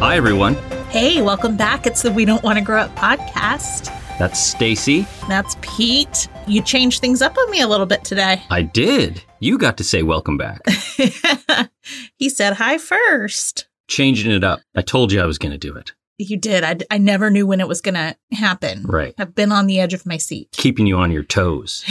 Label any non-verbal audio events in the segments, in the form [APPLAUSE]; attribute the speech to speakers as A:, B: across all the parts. A: Hi, everyone.
B: Hey, welcome back. It's the We Don't Want to Grow Up podcast.
A: That's Stacy.
B: That's Pete. You changed things up on me a little bit today. [LAUGHS]
A: I did. You got to say welcome back.
B: he said hi first.
A: Changing it up. I told you I was going to do it.
B: You did. I, I never knew when it was going to happen.
A: Right.
B: I've been on the edge of my seat. [LAUGHS]
A: Keeping you on your toes.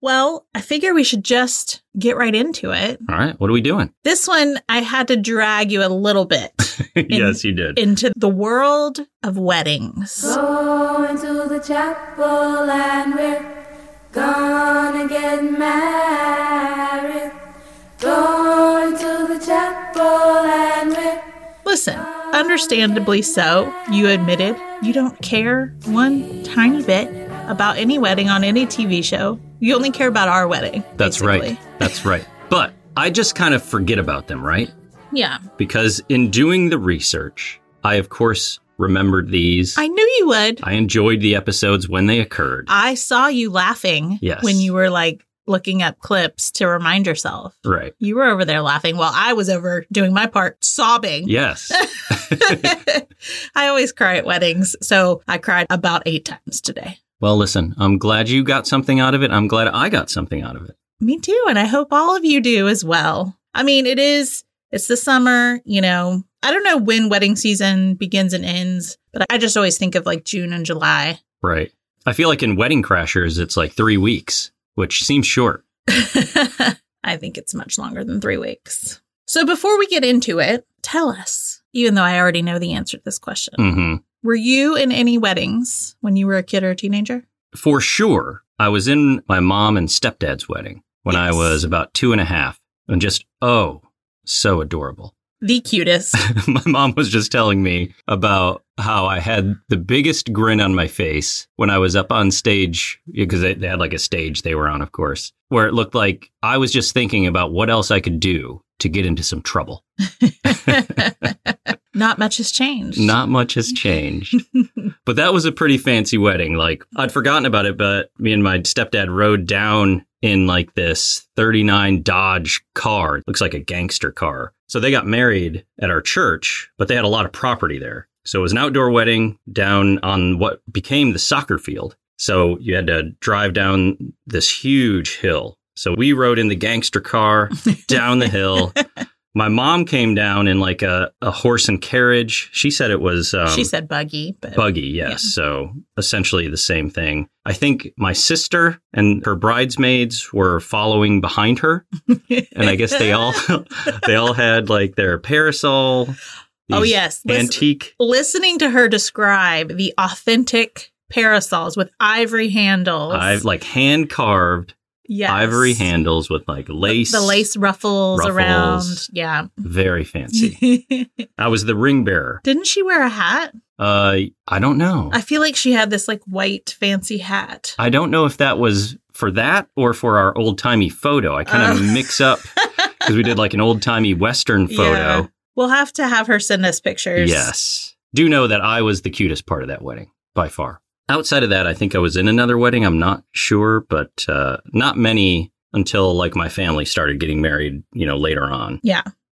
B: well, I figure we should just get right into it.
A: All right. What are we doing? [LAUGHS]
B: This one, I had to drag you a little bit
A: yes, you did.
B: into the world of weddings.
C: Go into the chapel and we're gonna get married. Go into the chapel and we're
B: Listen, understandably so, you admitted you don't care one tiny bit about any wedding on any TV show. You only care about our wedding.
A: That's right.
B: basically. [LAUGHS]
A: That's right. But I just kind of forget about them, right?
B: Yeah.
A: Because in doing the research, I, of course, remembered these.
B: I knew you would.
A: I enjoyed the episodes when they occurred.
B: I saw you laughing
A: Yes.
B: when you were like looking up clips to remind yourself.
A: right.
B: You were over there laughing while I was over doing my part sobbing. [LAUGHS]
A: Yes.
B: I always cry at weddings, so I cried about eight times today.
A: well, listen, I'm glad you got something out of it. I'm glad I got something out of it.
B: Me too, and I hope all of you do as well. I mean, it is it's the summer, you know. I don't know when wedding season begins and ends, but I just always think of like June and July. [LAUGHS]
A: Right. I feel like in Wedding Crashers, it's like three weeks, which seems short.
B: I think it's much longer than 3 weeks. So before we get into it, tell us, even though I already know the answer to this question.
A: hmm
B: Were you in any weddings when you were a kid or a teenager?
A: For sure, I was in my mom and stepdad's wedding when I
B: Yes.
A: was about two and a half and just, oh, so adorable. [LAUGHS]
B: The cutest.
A: my mom was just telling me about how I had the biggest grin on my face when I was up on stage because they, they had like a stage they were on, of course, where it looked like I was just thinking about what else I could do to get into some trouble.
B: Not much has changed. [LAUGHS]
A: Not much has changed. but that was a pretty fancy wedding. Like I'd forgotten about it, but me and my stepdad rode down in like this 39 Dodge car. It looks like a gangster car. So they got married at our church, but they had a lot of property there. So it was an outdoor wedding down on what became the soccer field. So you had to drive down this huge hill. So we rode in the gangster car down the hill. My mom came down in like a, a horse and carriage. She said it was um,
B: she said buggy, but
A: Buggy, yes.
B: Yeah.
A: So essentially the same thing. I think my sister and her bridesmaids were following behind her, and I guess they
B: [LAUGHS]
A: all [LAUGHS] they all had like their parasol.
B: Oh,
A: these
B: yes. Listen-
A: antique.
B: listening to her describe the authentic parasols with ivory handles.
A: I like hand carved
B: yes.
A: ivory handles with like lace.
B: The lace ruffles,
A: ruffles.
B: around. Yeah.
A: very fancy. I was the ring bearer.
B: [LAUGHS] Didn't she wear a hat?
A: Uh, I don't know.
B: I feel like she had this like white fancy hat. [LAUGHS]
A: I don't know if that was for that or for our old timey photo. I kind of
B: Oh.
A: mix up because we did like an old timey Western
B: Yeah.
A: photo.
B: We'll have to have her send us pictures.
A: Yes. Do know that I was the cutest part of that wedding by far. Outside of that, I think I was in another wedding. I'm not sure, but uh, not many until like my family started getting married, you know, later on.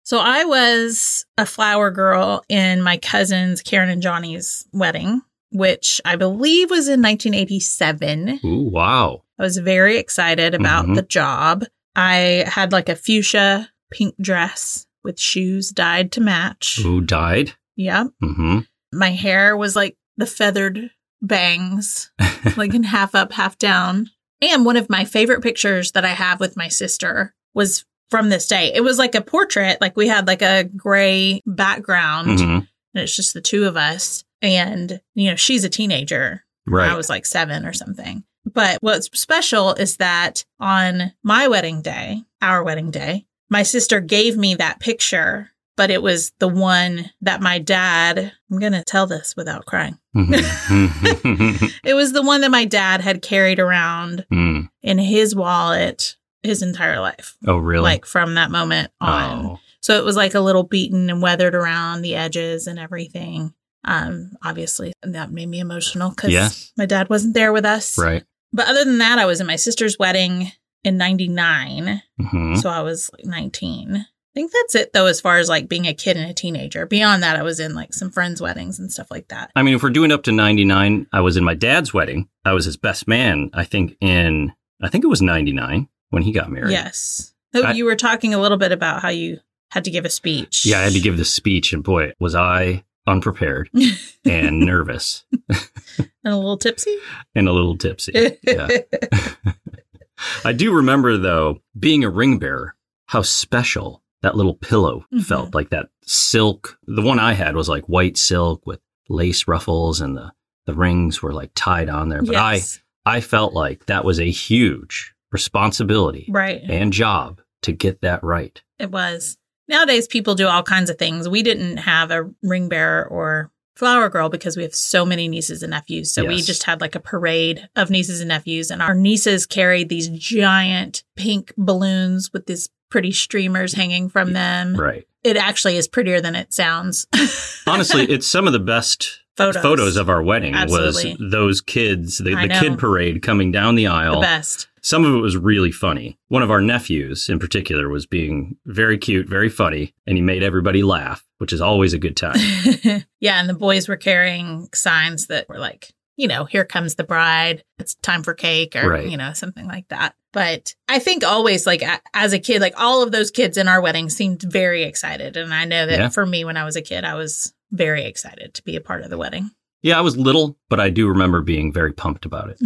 B: So I was a flower girl in my cousins Karen and Johnny's wedding, which I believe was in 1987.
A: Ooh, wow.
B: I was very excited about
A: Mhm.
B: the job. I had like a fuchsia pink dress with shoes dyed to match.
A: Who died?
B: Yeah.
A: Mm-hmm.
B: My hair was like the feathered bangs, like in half up, half down. And one of my favorite pictures that I have with my sister was from this day. It was like a portrait, like we had like a gray background
A: Mm-hmm.
B: and it's just the two of us. And, you know, she's a teenager.
A: Right.
B: I was like seven or something. But what's special is that on my wedding day, our wedding day, my sister gave me that picture, but it was the one that my dad, I'm going to tell this without crying. [LAUGHS]
A: [LAUGHS] Mhm.
B: It was the one that my dad had carried around
A: Mm.
B: in his wallet his entire life,
A: Oh, really?
B: like from that moment on.
A: oh.
B: So it was like a little beaten and weathered around the edges and everything. Um, obviously, and that made me emotional because
A: Yes.
B: my dad wasn't there with us.
A: Right.
B: But other than that, I was in my sister's wedding in 99.
A: hmm
B: So I was like 19. I think that's it though, as far as like being a kid and a teenager. Beyond that, I was in like some friends' weddings and stuff like that.
A: I mean, if we're doing up to 99, I was in my dad's wedding. I was his best man, I think, in, I think it was 99 when he got married.
B: Yes. Oh,
A: I-
B: you were talking a little bit about how you had to give a speech.
A: Yeah, I had to give this speech, and boy, was I unprepared and nervous
B: and a little tipsy.
A: and a little
B: [LAUGHS]
A: tipsy. Yeah. I do remember, though, being a ring bearer, how special that little pillow
B: Mhm.
A: felt like that silk. The one I had was like white silk with lace ruffles, and the, the rings were like tied on there. But I,
B: yes.
A: I felt like that was a huge responsibility
B: right.
A: and job to get that right.
B: It was. Nowadays, people do all kinds of things. We didn't have a ring bearer or flower girl because we have so many nieces and nephews. So we
A: Yes.
B: just had like a parade of nieces and nephews, and our nieces carried these giant pink balloons with these pretty streamers hanging from them.
A: Right.
B: It actually is prettier than it sounds. [LAUGHS]
A: Honestly, it's some of the best
B: Photos.
A: photos of our wedding
B: Absolutely.
A: was those kids, the,
B: I
A: the
B: know.
A: kid parade coming down the
B: the
A: aisle.
B: best.
A: Some of it was really funny. One of our nephews in particular was being very cute, very funny, and he made everybody laugh, which is always a good
B: [LAUGHS]
A: time.
B: yeah, and the boys were carrying signs that were like, you know, here comes the bride. It's time for cake or,
A: Right.
B: you know, something like that. But I think always, like, a- as a kid, like all of those kids in our wedding seemed very excited. And I know that
A: Yeah.
B: for me, when I was a kid, I was very excited to be a part of the wedding. [LAUGHS]
A: yeah, I was little, but I do remember being very pumped about it.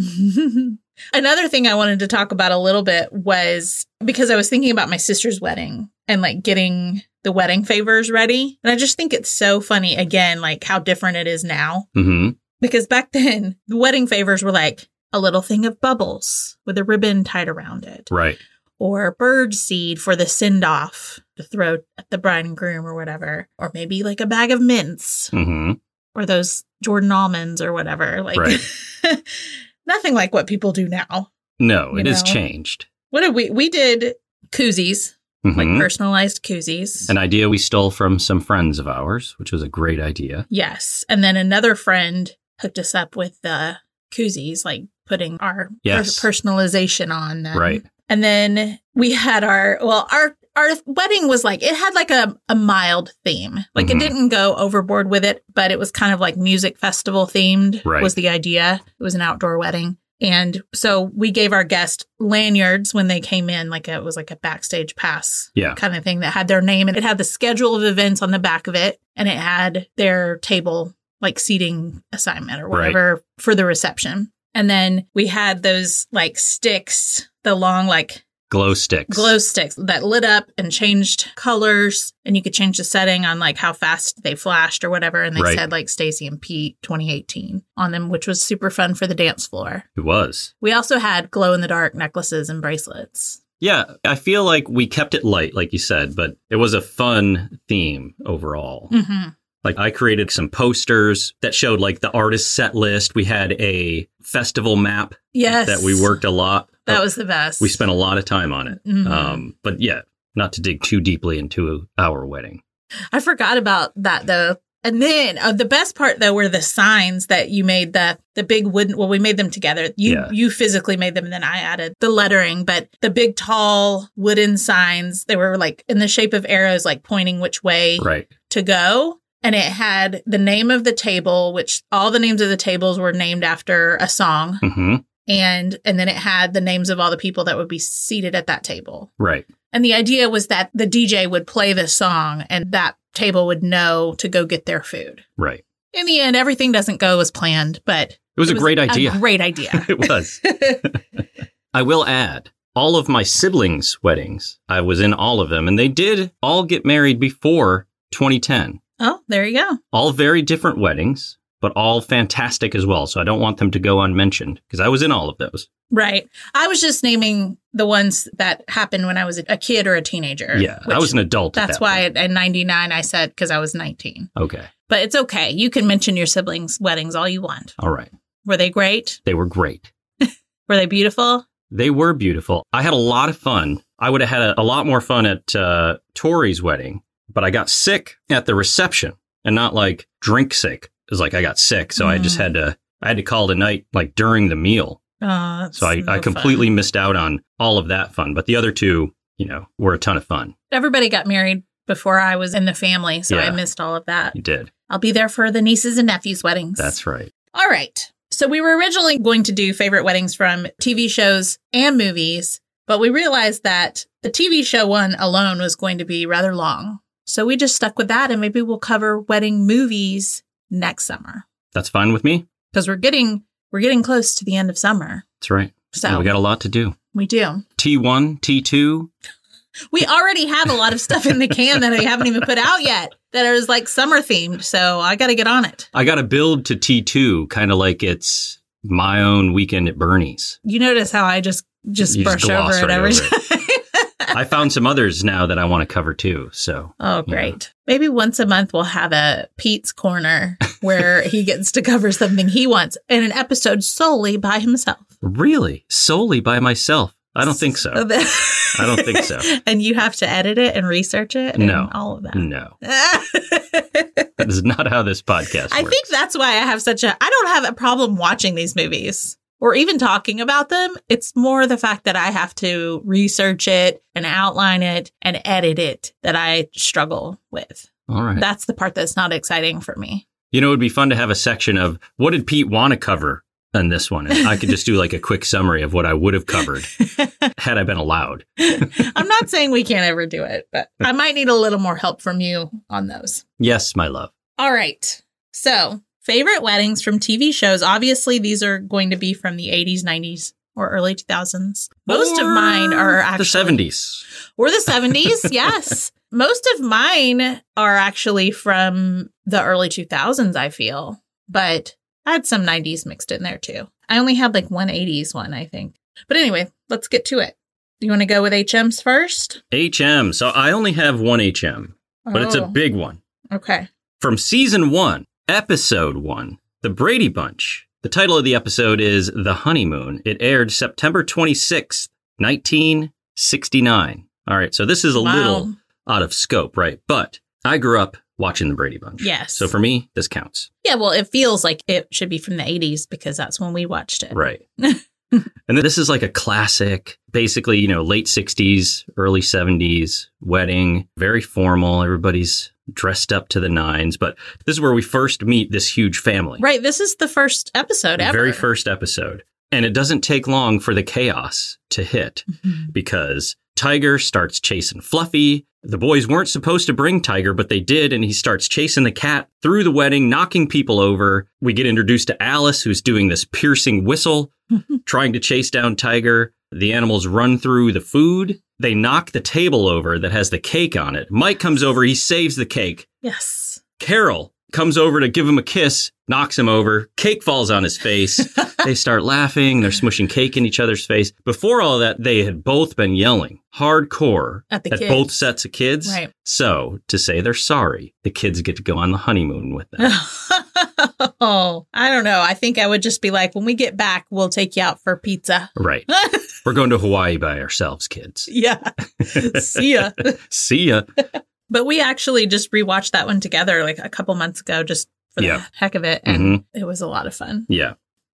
B: Another thing I wanted to talk about a little bit was because I was thinking about my sister's wedding and like getting the wedding favors ready. And I just think it's so funny, again, like how different it is now.
A: hmm
B: Because back [LAUGHS] then, the wedding favors were like a little thing of bubbles with a ribbon tied around it,
A: Right.
B: or bird seed for the send off to throw at the bride and groom or whatever, or maybe like a bag of mints
A: hmm
B: or those Jordan almonds or whatever. Like
A: Right.
B: [LAUGHS] nothing like what people do now.
A: No,
B: You
A: it has
B: know?
A: changed.
B: What did we we did koozies, like
A: Mhm.
B: personalized koozies.
A: An idea we stole from some friends of ours, which was a great idea.
B: Yes. And then another friend hooked us up with the koozies, like putting our
A: Yes.
B: per- personalization on them.
A: Right.
B: And then we had our, well, our, our wedding was like, it had like a, a mild theme. Like
A: Mhm.
B: it didn't go overboard with it, but it was kind of like music festival themed
A: Right.
B: was the idea. It was an outdoor wedding. And so we gave our guest lanyards when they came in, like it was like a backstage pass
A: Yeah.
B: kind of thing that had their name and it had the schedule of events on the back of it and it had their table like seating assignment or
A: Right.
B: whatever for the reception and then we had those like sticks the long like
A: Glow sticks.
B: glow sticks that lit up and changed colors and you could change the setting on like how fast they flashed or whatever and they
A: Right.
B: said like stacy and pete 2018 on them which was super fun for the dance floor
A: It was.
B: we also had glow in the dark necklaces and bracelets
A: Yeah, I feel like we kept it light, like you said, but it was a fun theme overall.
B: mm-hmm.
A: Like I created some posters that showed like the artist set list. We had a festival map
B: yes
A: that we worked a lot.
B: that
A: uh,
B: was the best
A: we spent a lot of time on it.
B: Mhm.
A: Um, but yeah, not to dig too deeply into our wedding.
B: I forgot about that though. And then uh, the best part though were the signs that you made the the big wooden. Well, we made them together. You
A: Yeah.
B: you physically made them, and then I added the lettering. But the big tall wooden signs they were like in the shape of arrows, like pointing which way
A: Right.
B: to go. And it had the name of the table, which all the names of the tables were named after a song,
A: hmm
B: and and then it had the names of all the people that would be seated at that table.
A: Right.
B: And the idea was that the DJ would play this song and that table would know to go get their food.
A: Right.
B: In the end, everything doesn't go as planned, but it
A: It was a great idea. [LAUGHS]
B: great idea.
A: it was. I will add, all of my siblings' weddings, I was in all of them, and they did all get married before 2010.
B: oh, there you go.
A: All very different weddings, but all fantastic as well. So I don't want them to go unmentioned because I was in all of those.
B: Right. I was just naming the ones that happened when I was a kid or a teenager.
A: yeah, I
B: which
A: was an adult. at
B: That's
A: that
B: why at at 99 I said because I was 19.
A: point. Okay.
B: But it's okay. You can mention your siblings' weddings all you want.
A: All right.
B: Were they great?
A: They were great.
B: Were they beautiful?
A: They were beautiful. I had a lot of fun. I would have had a, a lot more fun at uh, Tori's wedding but I got sick at the reception and not like drink sick. It was like I got sick. So I just
B: Mm.
A: had to, I had to call it a night like during the meal.
B: Uh,
A: So I, I completely missed out on all of that fun. But the other two, you know, were a ton of fun.
B: Everybody got married before I was in the family, so I
A: Yeah.
B: missed all of that.
A: You did.
B: I'll be there for the nieces and nephews' weddings.
A: That's right.
B: All right. So we were originally going to do favorite weddings from TV shows and movies, but we realized that the TV show one alone was going to be rather long. So we just stuck with that and maybe we'll cover wedding movies next summer
A: That's fine with me.
B: because we're getting we're getting close to the end of summer.
A: That's right.
B: So
A: Yeah,
B: we,
A: we got a lot to do.
B: do.
A: T1, T2.
B: We already have a lot of stuff in the can that I haven't even put out yet that is like summer themed, so I got to get on it.
A: I got to build to T2, kind of like it's my own weekend at
B: [LAUGHS]
A: Bernie's.
B: You notice how I just just
A: You just
B: brush over
A: gloss
B: it
A: right
B: every
A: over
B: time. [LAUGHS]
A: I found some others now that I want to cover too. So
B: Oh,
A: Yeah.
B: great. Maybe once a month we'll have a Pete's corner where he gets to cover something he wants in an episode solely by himself.
A: really, solely by myself. I don't think
B: [LAUGHS]
A: so. I don't think so.
B: and you have to edit it and research it and
A: No.
B: all of that.
A: No,
B: [LAUGHS] I
A: that is not how this podcast works.
B: think that's why [LAUGHS] I have such a I don't have a problem watching these movies or even talking about them. It's more the fact that I have to research it and outline it and edit it that I struggle with.
A: All right.
B: That's the part that's not exciting for me. [LAUGHS]
A: You know, it would be fun to have a section of what did Pete want to cover on this one? And I could just do like a quick summary of what I would have covered had I been allowed.
B: I'm not saying we can't ever do it, but I might need a little more help from you on those.
A: Yes, my love.
B: All right. So, favorite weddings from TV shows. Obviously, these are going to be from the 80s, 90s, or early 2000s. Most of
A: Or
B: mine are actually
A: the 70s.
B: Or the
A: [LAUGHS]
B: 70s, yes. Most of mine are actually from the early 2000s, I feel, but I had some 90s mixed in there too. I only had like one 80s one, I think. But anyway, let's get to it. You want to go with HMs first?
A: HM. So I only have one HM, but it's a
B: Oh,
A: big one.
B: Okay.
A: From season one, episode one, The Brady Bunch. The title of the episode is The Honeymoon. It aired September 26th, 1969. All right. So this is a
B: Wow.
A: little out of scope, right? But I grew up watching The Brady Bunch.
B: Yes.
A: So for me, this counts.
B: Yeah, well, it feels like it should be from the 80s because that's when we watched it.
A: Right. and then this is like a classic, basically, you know, late 60s, early 70s wedding, very formal. Everybody's dressed up to the nines. But this is where we first meet this huge family.
B: Right. This is the first episode
A: The
B: ever.
A: very first episode. And it doesn't take long for the chaos to hit
B: Mhm.
A: because Tiger starts chasing Fluffy. The boys weren't supposed to bring Tiger, but they did, and he starts chasing the cat through the wedding, knocking people over. We get introduced to Alice, who's doing this piercing
B: [LAUGHS]
A: whistle, trying to chase down Tiger. The animals run through the food. They knock the table over that has the cake on it. Mike comes over, he saves the cake.
B: Yes.
A: Carol comes over to give him a kiss, knocks him over, cake falls on his
B: [LAUGHS]
A: face. they start laughing, they're smushing cake in each other's face. Before all that, they had both been yelling hardcore
B: At the kids.
A: both sets of kids.
B: Right.
A: So, to say they're sorry, the kids get to go on the honeymoon with them.
B: [LAUGHS] oh, I don't know. I think I would just be like, when we get back, we'll take you out for pizza. [LAUGHS]
A: right. We're going to Hawaii by ourselves, kids. [LAUGHS]
B: yeah. See ya.
A: See ya.
B: But we actually just rewatched that one together like a couple months ago, just for
A: Yeah. Mm-hmm.
B: the heck of it. And it was a lot of fun.
A: Yeah.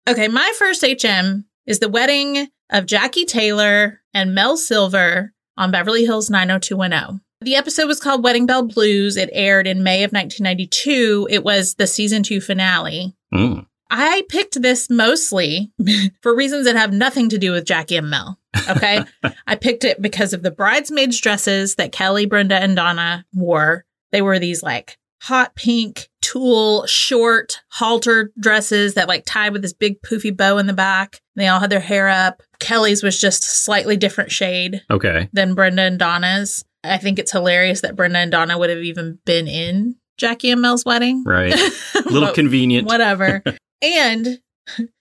B: Okay. My first HM is the wedding of Jackie Taylor and Mel Silver on Beverly Hills 90210. The episode was called Wedding Bell Blues. It aired in May of 1992. It was the season two finale.
A: Mm.
B: I picked this mostly [LAUGHS] for reasons that have nothing to do with Jackie and Mel. Okay. I picked it because of the bridesmaids' dresses that Kelly, Brenda, and Donna wore. They were these like hot pink tulle short halter dresses that like tied with this big poofy bow in the back. They all had their hair up. Kelly's was just slightly different shade
A: Okay.
B: than Brenda and Donna's. I think it's hilarious that Brenda and Donna would have even been in Jackie and Mel's wedding.
A: Right.
B: [LAUGHS]
A: Little
B: But-
A: convenient. [LAUGHS]
B: Whatever. and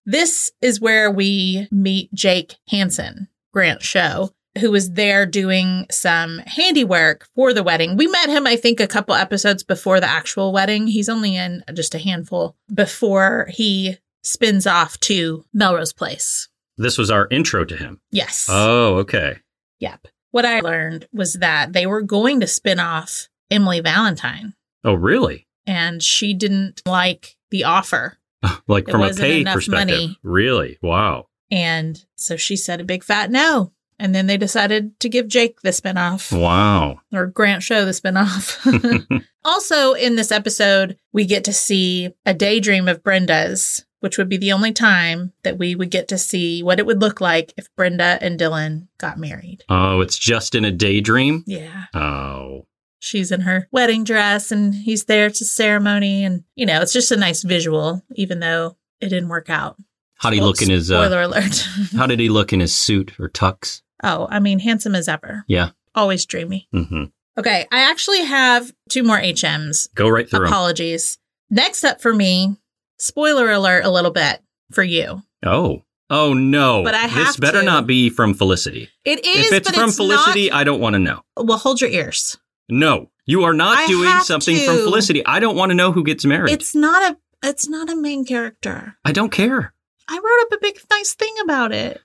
B: this is where we meet Jake Hansen, Grant Show, who was there doing some handiwork for the wedding. We met him, I think, a couple episodes before the actual wedding. He's only in just a handful before he spins off to Melrose Place.
A: This was our intro to him.
B: Yes.
A: Oh, okay.
B: Yep. What I learned was that they were going to spin off Emily Valentine,
A: Oh, really?
B: and she didn't like the offer.
A: Like
B: It
A: from a
B: wasn't
A: pay
B: enough
A: perspective.
B: money.
A: Really? Wow.
B: And so she said a big fat no. And then they decided to give Jake the spinoff
A: Wow.
B: or Grant Show the spinoff. [LAUGHS]
A: [LAUGHS]
B: also, in this episode, we get to see a daydream of Brenda's, which would be the only time that we would get to see what it would look like if Brenda and Dylan got married.
A: oh, it's just in a daydream?
B: Yeah.
A: Oh.
B: She's in her wedding dress and he's there to ceremony. And, you know, it's just a nice visual, even though it didn't work out.
A: How did he look in his uh,
B: Spoiler alert. [LAUGHS]
A: how did he look in his suit or tux?
B: oh, I mean, handsome as ever.
A: Yeah.
B: Always dreamy.
A: hmm
B: Okay, I actually have two more HMs.
A: Go right through him.
B: Apologies. Next up for me, spoiler alert a little bit for you.
A: Oh. Oh no.
B: But I
A: this
B: have
A: better
B: to.
A: not be from Felicity.
B: It is,
A: if it's
B: but
A: from
B: it's
A: Felicity, I don't want to know.
B: not. Well, hold your ears.
A: No. You are not
B: I
A: doing
B: have
A: something
B: to.
A: from Felicity. I don't want to know who gets married.
B: It's not a. It's not a main character.
A: I don't care.
B: I wrote up a big nice thing about it.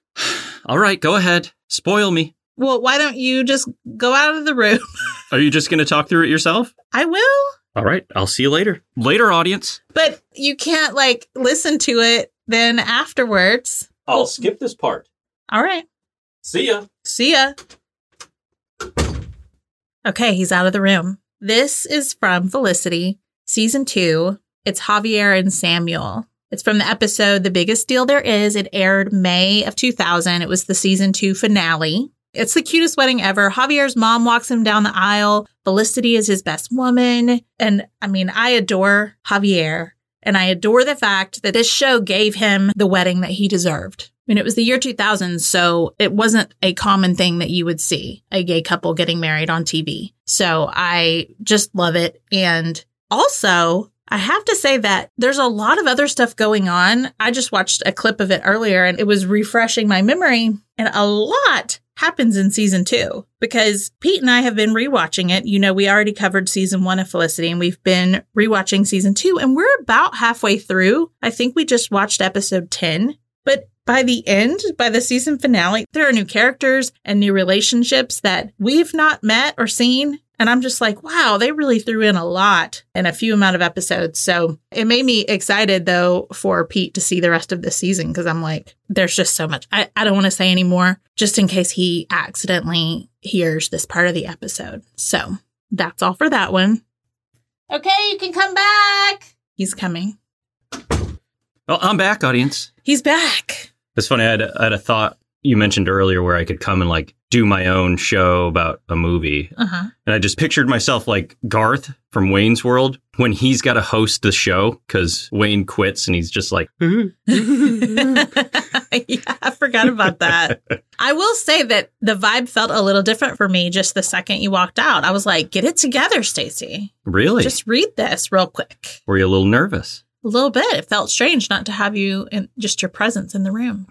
A: All right, go ahead. Spoil me.
B: Well, why don't you just go out of the room? [LAUGHS]
A: Are you just going to talk through it yourself?
B: I will,
A: All right, I'll see you later. Later, audience.
B: but you can't like listen to it then afterwards.
A: I'll skip this part.
B: All right.
A: See ya.
B: See ya. Okay, he's out of the room. This is from Felicity, season two. It's Javier and Samuel. It's from the episode The Biggest Deal There Is. It aired May of 2000. It was the season two finale. It's the cutest wedding ever. Javier's mom walks him down the aisle. Felicity is his best woman. And I mean, I adore Javier. And I adore the fact that this show gave him the wedding that he deserved. I mean, it was the year 2000, so it wasn't a common thing that you would see a gay couple getting married on TV. So I just love it. And also, I have to say that there's a lot of other stuff going on. I just watched a clip of it earlier and it was refreshing my memory. And a lot happens in season two because Pete and I have been rewatching it. You know, we already covered season one of Felicity and we've been rewatching season two and we're about halfway through. I think we just watched episode 10. But by the end, by the season finale, there are new characters and new relationships that we've not met or seen. And I'm just like, wow, they really threw in a lot in a few amount of episodes. So it made me excited though for Pete to see the rest of the season because I'm like, there's just so much. I, I don't want to say anymore just in case he accidentally hears this part of the episode. So that's all for that one. Okay, you can come back. He's coming.
A: Well, Oh, I'm back, audience.
B: He's back.
A: It's funny. I had, I had a thought you mentioned earlier where I could come and like do my own show about a movie,
B: Uh huh.
A: and I just pictured myself like Garth from Wayne's World when he's got to host the show because Wayne quits and he's just like,
B: Mm-hmm. [LAUGHS] yeah, I forgot about that. I will say that the vibe felt a little different for me just the second you walked out. I was like, get it together, Stacy.
A: really?
B: Just read this real quick.
A: Were you a little nervous?
B: A little bit. It felt strange not to have you in just your presence in the room.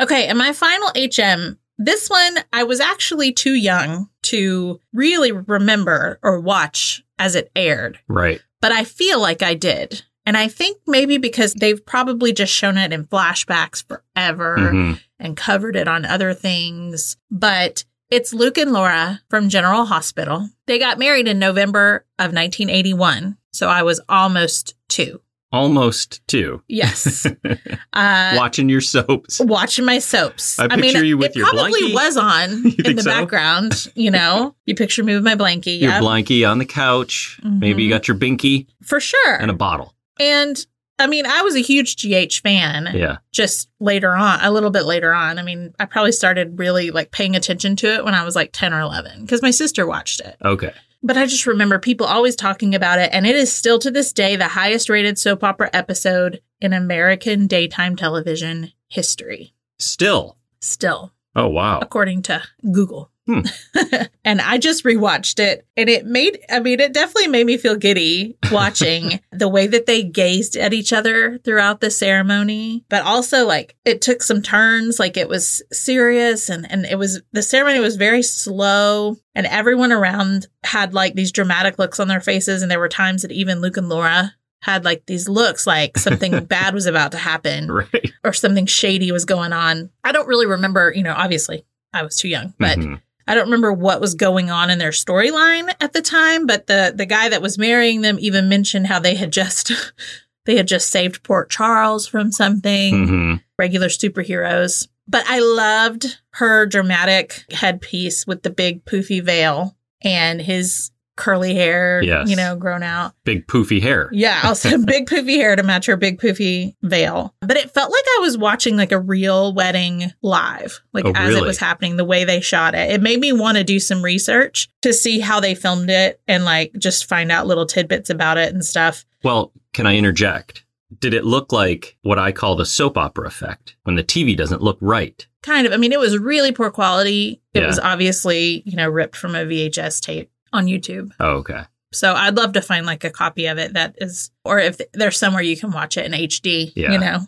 B: okay, and my final HM. This one I was actually too young to really remember or watch as it aired
A: Right.
B: but I feel like I did. And I think maybe because they've probably just shown it in flashbacks forever
A: Mhm.
B: and covered it on other things. But it's Luke and Laura from General Hospital. They got married in November of 1981. So I was almost two.
A: Almost too. [LAUGHS]
B: Yes. uh,
A: Watching your soaps.
B: watching my soaps.
A: I picture you with
B: it
A: your
B: probably
A: blankie.
B: was
A: [LAUGHS]
B: on
A: You
B: in
A: think
B: the
A: so?
B: background.
A: [LAUGHS]
B: You know, you picture me with my blankie.
A: Your
B: yeah,
A: blankie on the couch. Maybe you
B: Mhm.
A: got your binky
B: for sure.
A: and a bottle.
B: And I mean, I was a huge GH fan.
A: Yeah.
B: Just later on, a little bit later on. I mean, I probably started really like paying attention to it when I was like 10 or 11 because my sister watched it.
A: Okay.
B: But I just remember people always talking about it. And it is still to this day the highest rated soap opera episode in American daytime television history.
A: Still.
B: Still
A: Oh wow.
B: [LAUGHS] according to Google.
A: Hmm.
B: [LAUGHS] and I just rewatched it and it made, I mean, it definitely made me
A: [LAUGHS]
B: feel giddy watching the way that they gazed at each other throughout the ceremony. But also, like, it took some turns, like, it was serious and, and it was, the ceremony was very slow and everyone around had like these dramatic looks on their faces. And there were times that even Luke and Laura had like these looks like
A: [LAUGHS]
B: something bad was about to happen
A: Right.
B: or something shady was going on. I don't really remember, you know, obviously I was too young, but
A: Mhm.
B: I don't remember what was going on in their storyline at the time, but the the guy that was marrying them even mentioned how they had just [LAUGHS] they had just saved Port Charles from something.
A: hmm
B: Regular superheroes. But I loved her dramatic headpiece with the big poofy veil and his curly hair,
A: Yes.
B: you know, grown out.
A: Big poofy hair.
B: Yeah,
A: [LAUGHS]
B: also big poofy hair to match her big poofy veil. But it felt like I was watching like a real wedding live, like
A: Oh,
B: as it
A: really?
B: was happening, the way they shot it. It made me want to do some research to see how they filmed it and like just find out little tidbits about it and stuff.
A: Well, can I interject? Did it look like what I call the soap opera effect when the TV doesn't look right?
B: Kind of. I mean, it was really poor quality. It
A: Yeah.
B: was obviously, you know, ripped from a VHS tape on YouTube.
A: Oh, okay.
B: So I'd love to find like a copy of it that is, or if there's somewhere you can watch it in HD,
A: Yeah.
B: you know,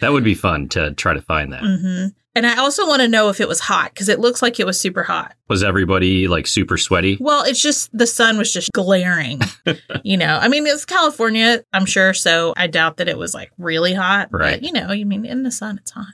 A: That would be fun to try to find that.
B: hmm And I also want to know if it was hot because it looks like it was super hot.
A: Was everybody like super sweaty?
B: Well, it's just the sun was just glaring, you know. I mean, it's California, I'm sure, so I doubt that it was like really hot.
A: Right.
B: But, you know, you mean in the sun, it's hot.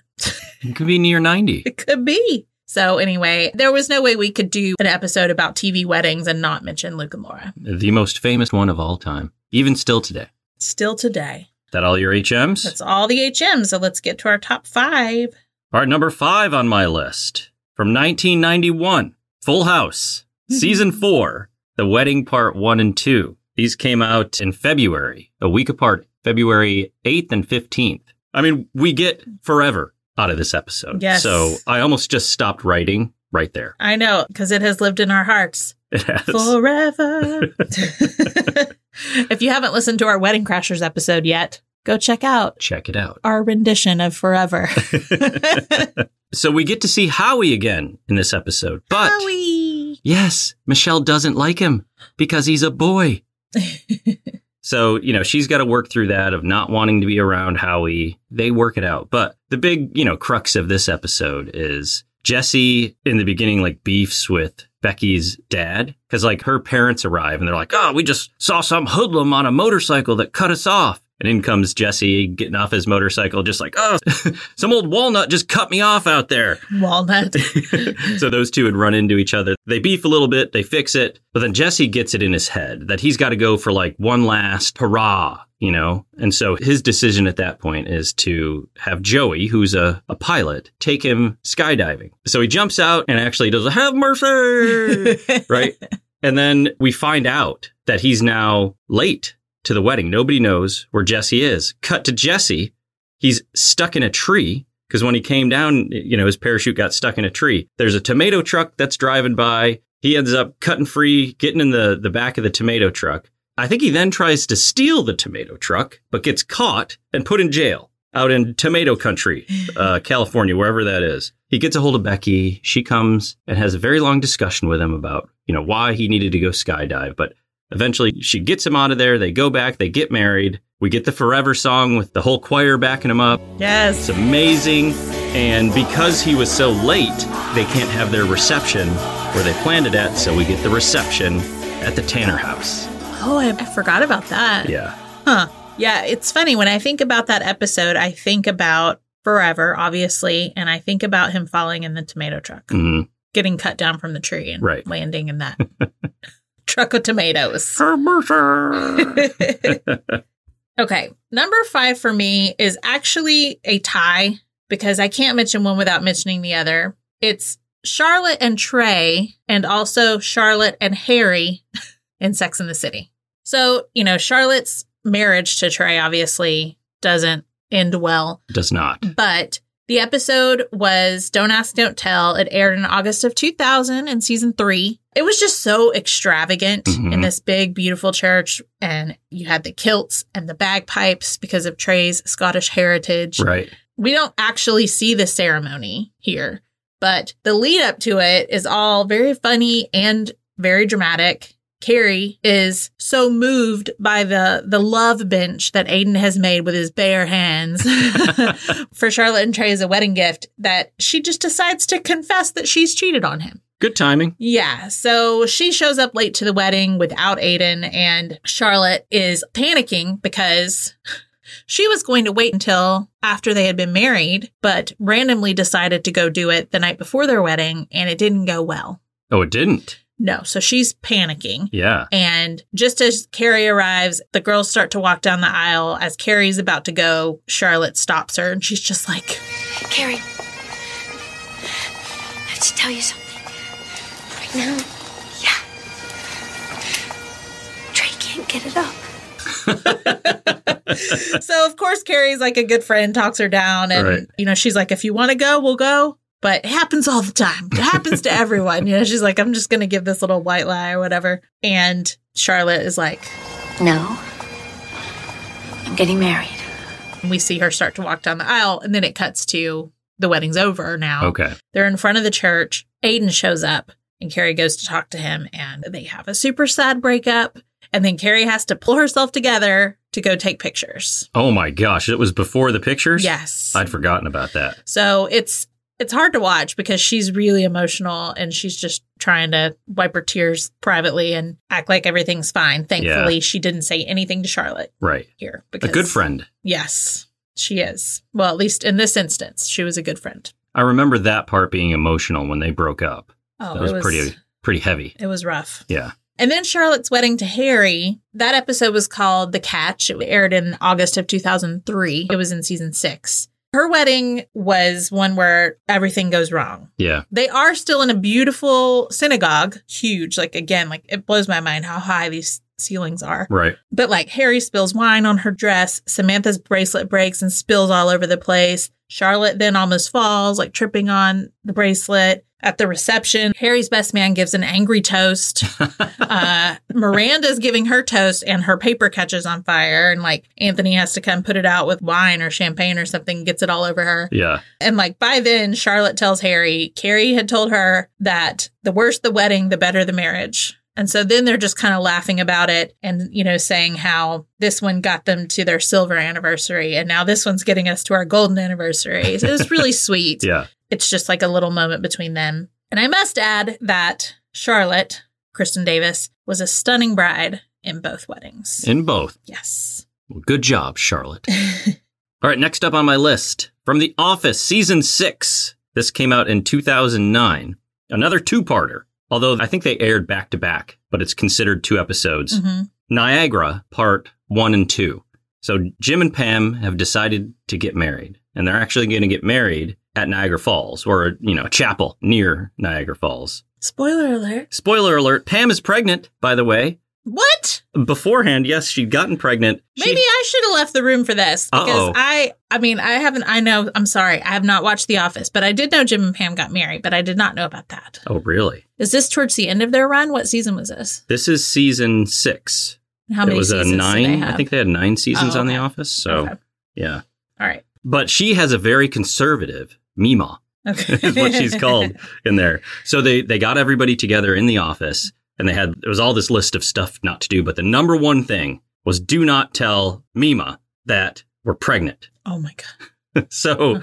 A: It could be near 90.
B: It could be. So, anyway, there was no way we could do an episode about TV weddings and not mention Luke and Laura.
A: The most famous one of all time, even still today.
B: Still today.
A: That all your HMs?
B: That's all the HM. So, let's get to our top five.
A: All right, number five on my list from 1991 Full House,
B: Mm-hmm.
A: Season 4, The Wedding Part 1 and 2. These came out in February, a week apart, February 8th and 15th. I mean, we get forever out of this episode.
B: Yes.
A: So I almost just stopped writing right there. [LAUGHS]
B: I know, because it has lived in our hearts.
A: It has. [LAUGHS]
B: forever. if you haven't listened to our Wedding Crashers episode yet, go check out
A: Check it out.
B: our rendition of Forever.
A: So we get to see Howie again in this episode. But
B: Howie.
A: yes, Michelle doesn't like him because he's a boy. So, you know, she's got to work through that of not wanting to be around Howie. They work it out. But the big, you know, crux of this episode is Jesse in the beginning, like, beefs with Becky's dad because, like, her parents arrive and they're like, oh, we just saw some hoodlum on a motorcycle that cut us off. And in comes Jesse getting off his motorcycle, just like, oh, [LAUGHS] some old walnut just cut me off out there.
B: [LAUGHS] Walnut.
A: [LAUGHS] so those two would run into each other. They beef a little bit, they fix it, but then Jesse gets it in his head that he's got to go for like one last hurrah, you know? And so his decision at that point is to have Joey, who's a, a pilot, take him skydiving. So he jumps out and actually does a have mercy, right? And then we find out that he's now late to the wedding. Nobody knows where Jesse is. Cut to Jesse. He's stuck in a tree because when he came down, you know, his parachute got stuck in a tree. There's a tomato truck that's driving by. He ends up cutting free, getting in the, the back of the tomato truck. I think he then tries to steal the tomato truck, but gets caught and put in jail out in tomato country, uh, California, wherever that is. He gets a hold of Becky. She comes and has a very long discussion with him about, you know, why he needed to go skydive. But eventually she gets him out of there. They go back, they get married. We get the forever song with the whole choir backing him up. It's
B: yes.
A: amazing. And because he was so late, they can't have their reception where they planned it at. So we get the reception at the Tanner house.
B: Oh, I, I forgot about that.
A: Yeah.
B: Huh. Yeah, it's funny. When I think about that episode, I think about Forever, obviously, and I think about him falling in the tomato truck,
A: Mhm.
B: getting cut down from the tree and
A: Right.
B: landing in that [LAUGHS] truck of tomatoes. okay. Number five for me is actually a tie because I can't mention one without mentioning the other. It's Charlotte and Trey, and also Charlotte and Harry [LAUGHS] in Sex and the City. So, you know, Charlotte's marriage to Trey obviously doesn't end well.
A: Does not.
B: But the episode was Don't Ask, Don't Tell. It aired in August of 2000 in season three. It was just so extravagant
A: Mhm.
B: in this big, beautiful church. And you had the kilts and the bagpipes because of Trey's Scottish heritage.
A: Right.
B: We don't actually see the ceremony here, but the lead up to it is all very funny and very dramatic. Carrie is so moved by the the love bench that Aiden has made with his bare hands for Charlotte and Trey as a wedding gift that she just decides to confess that she's cheated on him.
A: Good timing.
B: Yeah, so she shows up late to the wedding without Aiden, and Charlotte is panicking because [LAUGHS] She was going to wait until after they had been married, but randomly decided to go do it the night before their wedding, and it didn't go well.
A: Oh, it didn't.
B: No, so she's panicking.
A: Yeah.
B: And just as Carrie arrives, the girls start to walk down the aisle. As Carrie's about to go, Charlotte stops her and she's just like,
D: Carrie, I have to tell you something. Right now. Yeah. Trey can't get it up.
B: So, of course, Carrie's like a good friend, talks her down. And,
A: Right.
B: you know, she's like, if you want to go, we'll go. But it happens all the time. It happens to everyone. You know, she's like, I'm just going to give this little white lie or whatever. And Charlotte is like,
D: No. I'm getting married.
B: we see her start to walk down the aisle. And then it cuts to the wedding's over now.
A: Okay.
B: They're in front of the church. Aiden shows up and Carrie goes to talk to him and they have a super sad breakup. And then Carrie has to pull herself together to go take pictures.
A: Oh my gosh, it was before the pictures?
B: Yes.
A: I'd forgotten about that.
B: so it's it's hard to watch because she's really emotional and she's just trying to wipe her tears privately and act like everything's fine. Thankfully, she didn't say anything to Charlotte
A: Right.
B: here
A: A
B: because
A: good friend.
B: Yes, she is. Well, at least in this instance, she was a good friend.
A: I remember that part being emotional when they broke up.
B: Oh,
A: that was,
B: it was
A: pretty pretty heavy.
B: It was rough.
A: Yeah.
B: And then Charlotte's wedding to Harry. That episode was called The Catch. It aired in August of 2003. It was in season six. Her wedding was one where everything goes wrong.
A: Yeah.
B: They are still in a beautiful synagogue, huge. Like, again, like it blows my mind how high these ceilings are.
A: Right.
B: But like Harry spills wine on her dress, Samantha's bracelet breaks and spills all over the place. Charlotte then almost falls, like tripping on the bracelet. At the reception, Harry's best man gives an angry toast. uh, Miranda's giving her toast, and her paper catches on fire. And like Anthony has to come put it out with wine or champagne or something, gets it all over her.
A: Yeah.
B: And like by then, Charlotte tells Harry, Carrie had told her that the worse the wedding, the better the marriage. And so then they're just kind of laughing about it and, you know, saying how this one got them to their silver anniversary and now this one's getting us to our golden anniversary. So it's really sweet.
A: Yeah.
B: It's just like a little moment between them. And I must add that Charlotte, Kristen Davis, was a stunning bride in both weddings.
A: In both.
B: yes.
A: Well, good job,
B: [LAUGHS]
A: Charlotte. All right, next up on my list from The Office, season six. This came out in 2009. Another two parter, although I think they aired back to back, but it's considered two episodes.
B: Mhm.
A: Niagara, part one and two. So Jim and Pam have decided to get married, and they're actually going to get married at Niagara Falls or, you know, a chapel near Niagara Falls.
B: Spoiler alert.
A: Spoiler alert Pam is pregnant, by the way.
B: What?
A: Beforehand, yes, she'd gotten pregnant. She-
B: Maybe I should have left the room for this because
A: Uh-oh.
B: I I mean I haven't I know I'm sorry I have not watched The Office but I did know Jim and Pam got married but I did not know about that.
A: oh, really?
B: Is this towards the end of their run? What season was this?
A: This is season six.
B: How many
A: it was a
B: seasons did they
A: nine. I
B: have?
A: think they had nine seasons
B: Oh,
A: on The
B: okay.
A: Office. So
B: Okay.
A: yeah, [LAUGHS]
B: All right.
A: but she has a very conservative Mima
B: Okay.
A: [LAUGHS] is what she's called in there. So they they got everybody together in the office, and they had it was all this list of stuff not to do. But the number one thing was do not tell Mima that we're pregnant.
B: [LAUGHS]
A: [LAUGHS]
B: Oh my god.
A: So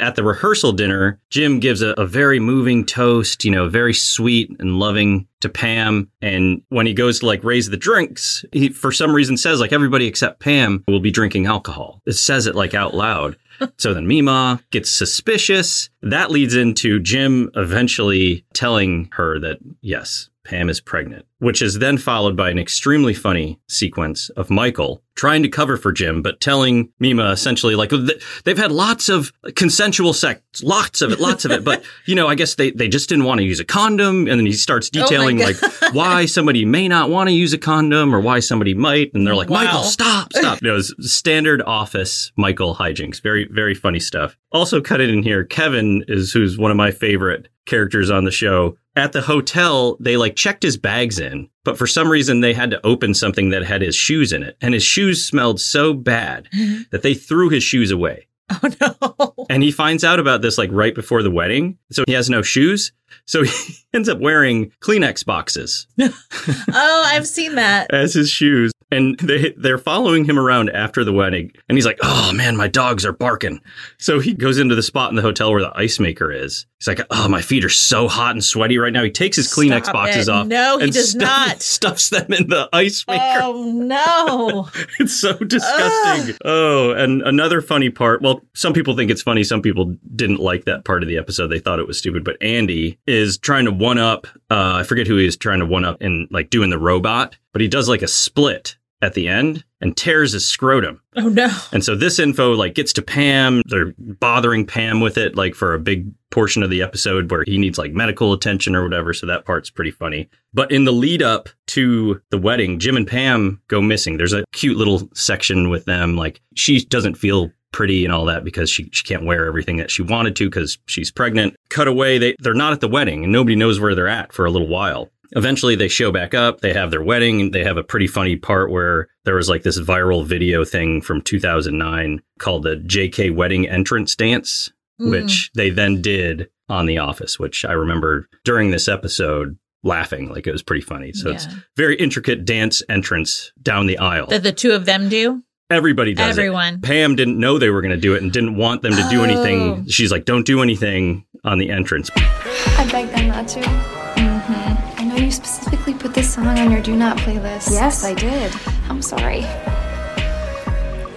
A: at the rehearsal dinner, Jim gives a, a very moving toast, you know, very sweet and loving to Pam. And when he goes to like raise the drinks, he for some reason says, like, everybody except Pam will be drinking alcohol. It says it like out loud. so then Mima gets suspicious. That leads into Jim eventually telling her that, yes. Pam is pregnant, which is then followed by an extremely funny sequence of Michael trying to cover for Jim, but telling Mima essentially, like, "Th- they've had lots of consensual sex, lots of it, lots of it. But, you know, I guess they, they just didn't want to use a condom. And then he starts
B: my
A: detailing,
B: God.
A: like, why somebody may not want to use a condom or why somebody might. And they're like,
B: Wow.
A: Michael, stop, stop. It was standard office Michael hijinks. Very, very funny stuff. Also cut it in here. Kevin is who's one of my favorite characters on the show. At the hotel, they like checked his bags in, but for some reason they had to open something that had his shoes in it. And his shoes smelled so bad that they threw his shoes away.
B: Oh no. [LAUGHS]
A: And he finds out about this like right before the wedding. So he has no shoes. So [LAUGHS] he ends up wearing Kleenex boxes
B: Oh, I've seen
A: [LAUGHS]
B: that.
A: as his shoes. And they they're following him around after the wedding, and he's like, "Oh man, my dogs are barking." So he goes into the spot in the hotel where the ice maker is. He's like, "Oh, my feet are so hot and sweaty right now." He takes his Kleenex
B: Stop
A: boxes
B: it.
A: off.
B: No, he
A: and
B: does
A: [LAUGHS]
B: not.
A: Stuffs them in the ice maker.
B: Oh no.
A: [LAUGHS] It's so disgusting. Oh, and another funny part. Well, some people think it's funny. Some people didn't like that part of the episode. They thought it was stupid. But Andy is trying to one up. Uh, I forget who he is trying to one up in like doing the robot, but he does like a split at the end and tears his scrotum.
B: Oh no.
A: And so this info like gets to Pam. They're bothering Pam with it like for a big portion of the episode where he needs like medical attention or whatever. So that part's pretty funny. But in the lead up to the wedding, Jim and Pam go missing. There's a cute little section with them. Like she doesn't feel pretty and all that because she, she can't wear everything that she wanted to because she's pregnant. Cut away. They, they're not at the wedding and nobody knows where they're at for a little while. Eventually, they show back up. They have their wedding. and They have a pretty funny part where there was like this viral video thing from 2009 called the JK Wedding Entrance Dance,
B: Mm.
A: which they then did on The Office, which I remember during this episode laughing. Like it was pretty funny. So it's
B: Yeah.
A: very intricate dance entrance down the aisle.
B: that the two of them do.
A: Everybody does it.
B: Everyone.
A: Pam didn't know they were going to do it and didn't want them to do anything.
B: Oh.
A: She's like, don't do anything on the entrance.
E: I beg them not to. Mm-hmm. I know you specifically put this song on your do not playlist.
F: Yes, I did.
E: I'm sorry.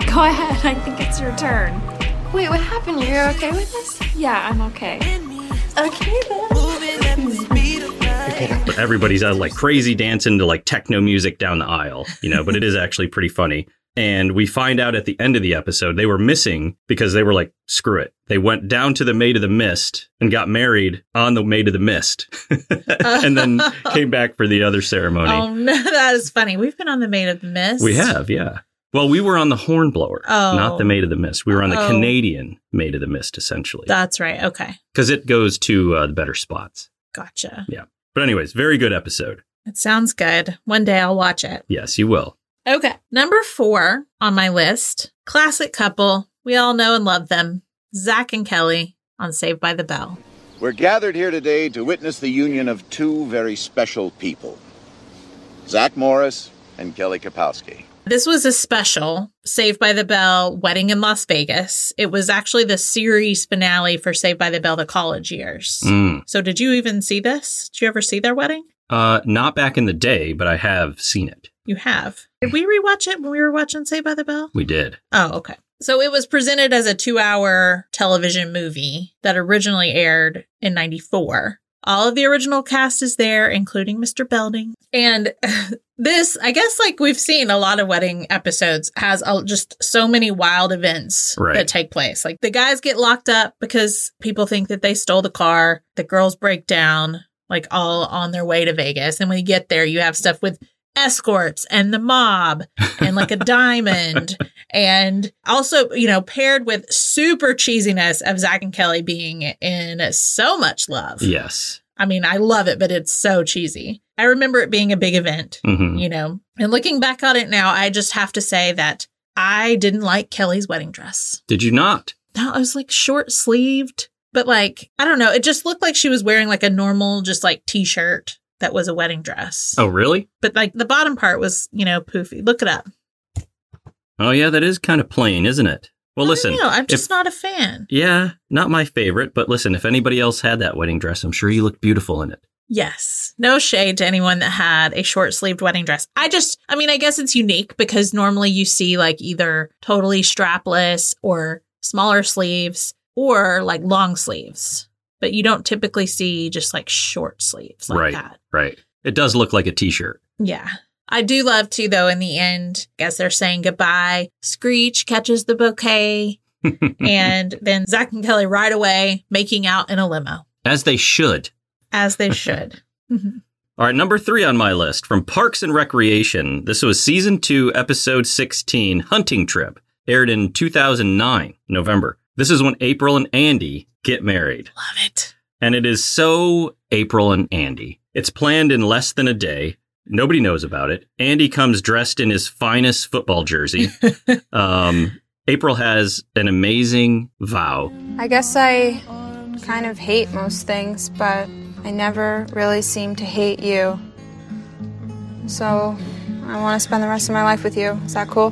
E: Go ahead. I think it's your turn. Wait, what happened? You're okay with this? Yeah, I'm okay. Okay then.
A: But everybody's out like crazy dancing to like techno music down the aisle, you know, but it is actually pretty funny. And we find out at the end of the episode they were missing because they were like, screw it. They went down to the Maid of the Mist and got married on the Maid of the Mist [LAUGHS] and
B: [LAUGHS]
A: then came back for the other ceremony.
B: Oh [LAUGHS] no, that is funny. We've been on the Maid of the Mist.
A: We have, yeah. Well, we were on the Hornblower,
B: Oh.
A: not the Maid of the Mist. We were on the
B: Oh.
A: Canadian Maid of the Mist, essentially,
B: That's right. Okay.
A: because it goes to uh, the better spots.
B: Gotcha.
A: But, anyways, very good episode.
B: It sounds good. One day I'll watch it.
A: Yes, you will.
B: Okay. Number four on my list classic couple. We all know and love them Zach and Kelly on Saved by the Bell.
G: We're gathered here today to witness the union of two very special people Zach Morris and Kelly Kapowski.
B: This was a special Saved by the Bell wedding in Las Vegas. It was actually the series finale for Saved by the Bell, the college years.
A: Mm.
B: So, did you even see this? Did you ever see their wedding?
A: Uh, not back in the day, but I have seen it.
B: You have. Did we rewatch it when we were watching Saved by the Bell?
A: We did.
B: Oh, okay. So it was presented as a two hour television movie that originally aired in 94. All of the original cast is there, including Mr. Belding. And [LAUGHS] this, I guess, like we've seen a lot of wedding episodes, has a, just so many wild events
A: Right.
B: that take place. Like the guys get locked up because people think that they stole the car, the girls break down, like all on their way to Vegas. And when you get there, you have stuff with escorts and the mob and like a diamond and also you know paired with super cheesiness of zach and kelly being in so much love
A: Yes.
B: i mean i love it but it's so cheesy i remember it being a big event
A: hmm
B: you know and looking back on it now i just have to say that i didn't like kelly's wedding dress
A: Did you not?
B: no it was like short sleeved but like i don't know it just looked like she was wearing like a normal just like t-shirt that was a wedding dress
A: Oh, really?
B: but like the bottom part was you know poofy look it up
A: Oh, yeah, that is kind of plain, isn't it? Well,
B: I don't
A: listen.
B: know, i'm just
A: if-
B: not a fan
A: yeah, not my favorite, but listen, if anybody else had that wedding dress, I'm sure you looked beautiful in it.
B: Yes. No shade to anyone that had a short sleeved wedding dress. I just, I mean, I guess it's unique because normally you see like either totally strapless or smaller sleeves or like long sleeves, but you don't typically see just like short sleeves like
A: Right.
B: that.
A: Right. It does look like a t shirt.
B: Yeah. I do love to, though, in the end, I guess they're saying goodbye. Screech catches
A: [LAUGHS]
B: the bouquet. and then Zach and Kelly right away making out in a limo,
A: As they should. [LAUGHS]
B: as they should.
A: All right, number three on my list from Parks and Recreation. This was season two, episode 16, Hunting Trip, aired in 2009, November. This is when April and Andy get married.
B: love it.
A: And it is so April and Andy. It's planned in less than a day. Nobody knows about it. Andy comes dressed in his finest football jersey. um, April has an amazing vow.
F: I guess I kind of hate most things, but I never really seem to hate you. So I want to spend the rest of my life with you. Is that cool?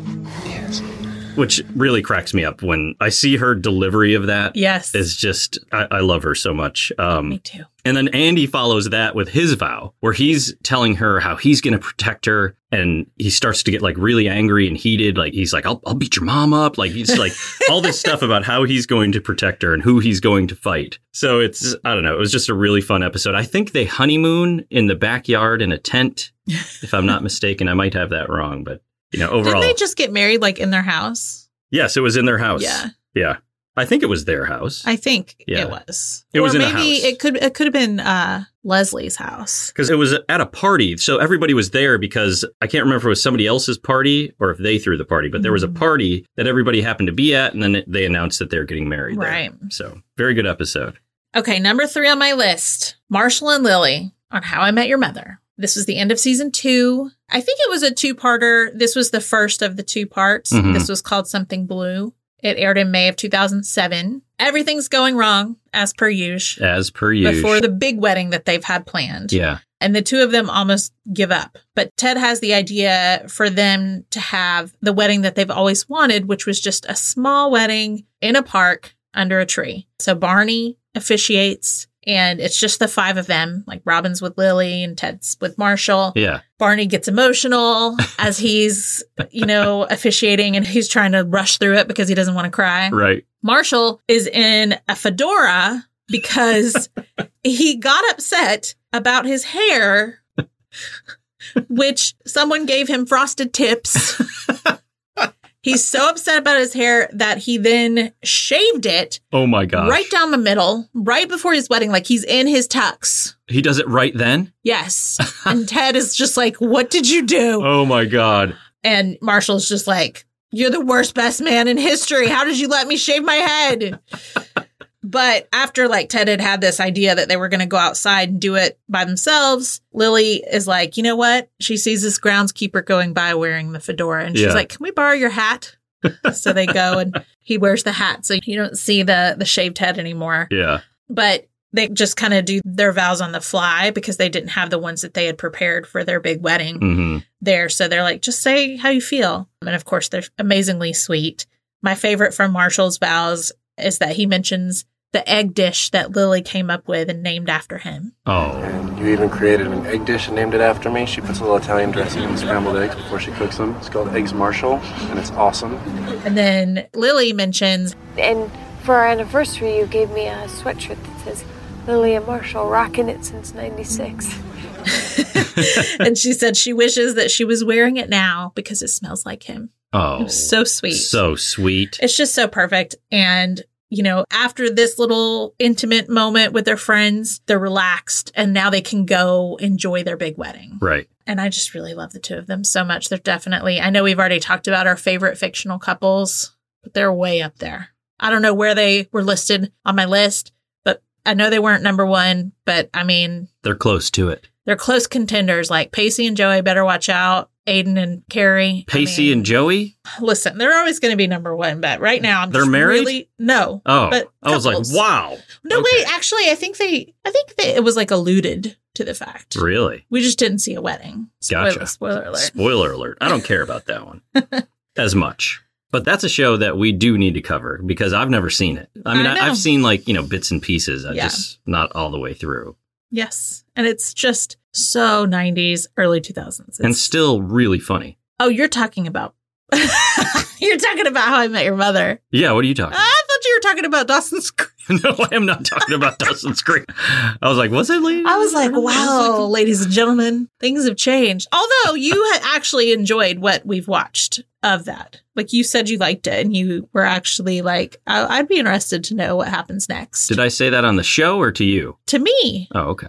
A: which really cracks me up when I see her delivery of that.
B: Yes.
A: Is just, I, I love her so much. Um,
B: Me too.
A: and then Andy follows that with his vow, where he's telling her how he's going to protect her. And he starts to get like really angry and heated. Like, he's like, I'll, I'll beat your mom up. Like, he's
B: [LAUGHS]
A: like all this stuff about how he's going to protect her and who he's going to fight. So it's, I don't know. It was just a really fun episode. I think they honeymoon in the backyard in a
B: [LAUGHS]
A: tent, if I'm not mistaken. I might have that wrong, but. You know, overall,
B: Didn't they just get married like in their house?
A: Yes, it was in their house.
B: Yeah.
A: Yeah. I think it was their house.
B: I think
A: Yeah.
B: it was.
A: It was
B: or
A: in a
B: maybe
A: house.
B: it could it could have been uh, Leslie's house.
A: Because it was at a party. So everybody was there because I can't remember if it was somebody else's party or if they threw the party, but there was a
B: Mm-hmm.
A: party that everybody happened to be at. And then it- they announced that they're getting married. there.
B: Right.
A: So very good episode.
B: Okay, number three on my list Marshall and Lily on How I Met Your Mother. This was the end of season two. I think it was a two parter. This was the first of the two parts.
A: Mhm.
B: This was called Something Blue. It aired in May of 2007. Everything's going wrong, as per usual,
A: As per usual.
B: before the big wedding that they've had planned.
A: yeah.
B: And the two of them almost give up. But Ted has the idea for them to have the wedding that they've always wanted, which was just a small wedding in a park under a tree. So Barney officiates, and it's just the five of them like Robin's with Lily and Ted's with Marshall.
A: Yeah.
B: Barney gets emotional [LAUGHS] as he's, you know, officiating and he's trying to rush through it because he doesn't want to cry.
A: Right.
B: Marshall is in a fedora because he got upset about his hair, which someone gave him frosted tips. He's so upset about his hair that he then shaved it
A: Oh my gosh.
B: right down the middle, right before his wedding. Like he's in his tux.
A: He does it right then.
B: Yes. and Ted is just like, What did you do?
A: Oh my God.
B: And Marshall's just like, You're the worst best man in history. How did you let me shave my head? but after like Ted had had this idea that they were going to go outside and do it by themselves, Lily is like, You know what? She sees this groundskeeper going by wearing the fedora and she's
A: Yeah.
B: like, Can we borrow your hat? so they go and he wears the hat. So you don't see the, the shaved head anymore
A: Yeah.
B: but they just kind of do their vows on the fly because they didn't have the ones that they had prepared for their big wedding
A: hmm
B: there. So they're like, just say how you feel. And of course, they're amazingly sweet. My favorite from Marshall's vows is that he mentions the egg dish that Lily came up with and named after him.
A: Oh.
H: And you even created an egg dish and named it after me. She puts a little Italian dressing on scrambled eggs before she cooks them. It's called Eggs Marshall, and it's awesome.
B: And then Lily mentions,
E: And for our anniversary, you gave me a sweatshirt that says Lilia Marshall, rocking it since 96.
B: and she said she wishes that she was wearing it now because it smells like him.
A: Oh.
B: So sweet.
A: So sweet.
B: It's just so perfect. And, you know, after this little intimate moment with their friends, they're relaxed and now they can go enjoy their big wedding.
A: Right.
B: And I just really love the two of them so much. They're definitely, I know we've already talked about our favorite fictional couples, but they're way up there. I don't know where they were listed on my list, but I know they weren't number one, but I mean,
A: They're close to it.
B: they're close contenders like Pacey and Joey better watch out. Aiden and Carrie. I
A: Pacey
B: mean-
A: and Joey.
B: listen, they're always going to be number one, but right now I'm
A: They're
B: just
A: married?
B: Really, no.
A: Oh,
B: but
A: I was like,
B: couples.
A: wow.
B: No,
A: okay.
B: wait. Actually, I think they, I think they, it was like alluded to the fact.
A: Really?
B: We just didn't see a wedding. Spoiler,
A: Gotcha.
B: spoiler alert.
A: Spoiler alert. I don't care about that
B: [LAUGHS]
A: one as much. But that's a show that we do need to cover because I've never seen it. I mean,
B: I
A: I
B: know.
A: I've seen like, you know, bits and pieces. I
B: Yeah.
A: just not all the way through.
B: Yes, and it's just so 90s, early 2000s. It's-
A: and still really funny.
B: oh, you're talking about. [LAUGHS] You're talking about how I met your mother.
A: Yeah, what are you talking
B: I thought you were talking about Dawson's Creek.
A: about? [LAUGHS] no, I am not talking
B: [LAUGHS]
A: about Dawson's Creek. I was like, was it lady?
B: I was like, wow, ladies and gentlemen, things have changed. Although you had actually enjoyed what we've watched of that. Like you said you liked it and you were actually like, I- I'd be interested to know what happens next.
A: Did I say that on the show or to you?
B: to me,
A: Oh, okay.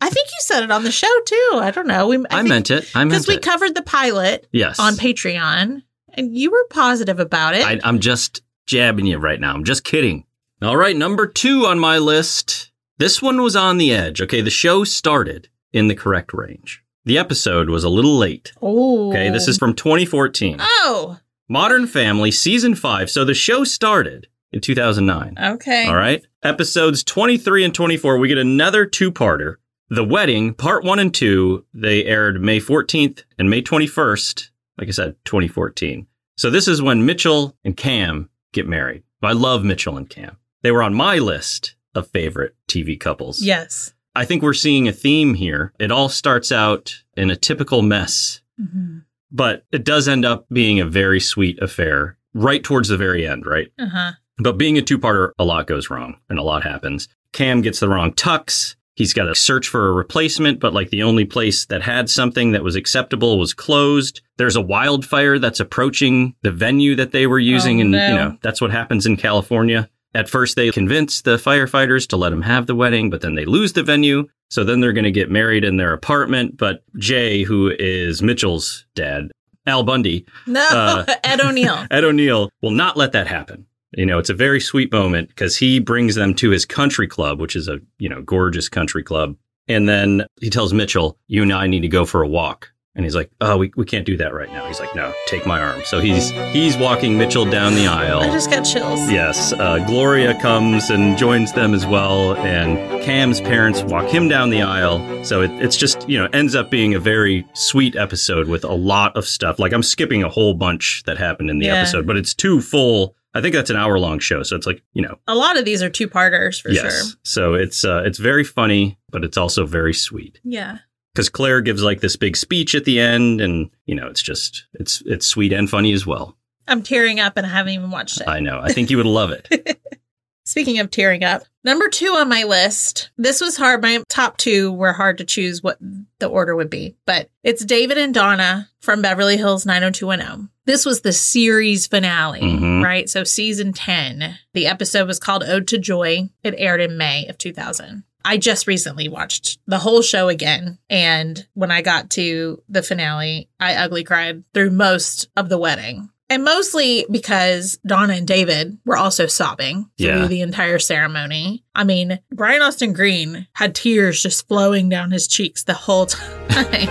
B: I think you said it on the show too. I don't know. We,
A: I, meant it. I meant
B: Because we
A: it.
B: covered the pilot
A: yes.
B: on Patreon and you were positive about it.
A: I, I'm just jabbing you right now. I'm just kidding. All right, number two on my list. This one was on the edge. Okay, the show started in the correct range. The episode was a little late.
B: oh.
A: Okay, this is from 2014.
B: Oh,
A: Modern Family, season five. So the show started in 2009.
B: okay.
A: All right, episodes 23 and 24. We get another two parter. The Wedding, Part 1 and 2, they aired May 14th and May 21st, like I said, 2014. So this is when Mitchell and Cam get married. I love Mitchell and Cam. They were on my list of favorite TV couples.
B: Yes.
A: I think we're seeing a theme here. It all starts out in a typical mess,
B: Mm-hmm.
A: but it does end up being a very sweet affair right towards the very end, right?
B: Uh huh.
A: But being a two parter, a lot goes wrong and a lot happens. Cam gets the wrong tux. He's got to search for a replacement, but like the only place that had something that was acceptable was closed. There's a wildfire that's approaching the venue that they were using.
B: Oh,
A: and,
B: no.
A: you know, that's what happens in California. At first, they convince the firefighters to let them have the wedding, but then they lose the venue. So then they're going to get married in their apartment. But Jay, who is Mitchell's dad, Al Bundy,
B: No,
A: Uh,
B: [LAUGHS] Ed
A: [LAUGHS]
B: O'Neill.
A: Ed O'Neill will not let that happen. You know, it's a very sweet moment because he brings them to his country club, which is a, you know, gorgeous country club. And then he tells Mitchell, you and I need to go for a walk. And he's like, oh, we, we can't do that right now. He's like, no, take my arm. So he's he's walking Mitchell down the aisle.
B: I just got chills.
A: Yes, uh, Gloria comes and joins them as well, and Cam's parents walk him down the aisle. So it, it's just, you know, ends up being a very sweet episode with a lot of stuff. Like I'm skipping a whole bunch that happened in the
B: Yeah.
A: episode, but it's too full. I think that's an hour long show, so it's like, you know,
B: A lot of these are two parters for
A: yes.
B: sure.
A: So it's uh, it's very funny, but it's also very sweet
B: Yeah.
A: because Claire gives like this big speech at the end, and you know, it's just it's it's sweet and funny as well.
B: I'm tearing up and I haven't even watched it.
A: I know. I think you would love it.
B: [LAUGHS] Speaking of tearing up, number two on my list. This was hard. My top two were hard to choose what the order would be, but it's David and Donna from Beverly Hills 90210. This was the series finale,
A: Mhm.
B: right? So season 10. The episode was called Ode to Joy. It aired in May of 2000. I just recently watched the whole show again. And when I got to the finale, I ugly cried through most of the wedding. And mostly because Donna and David were also sobbing through
A: Yeah.
B: the entire ceremony. I mean, Brian Austin Green had tears just flowing down his cheeks the whole [LAUGHS] time.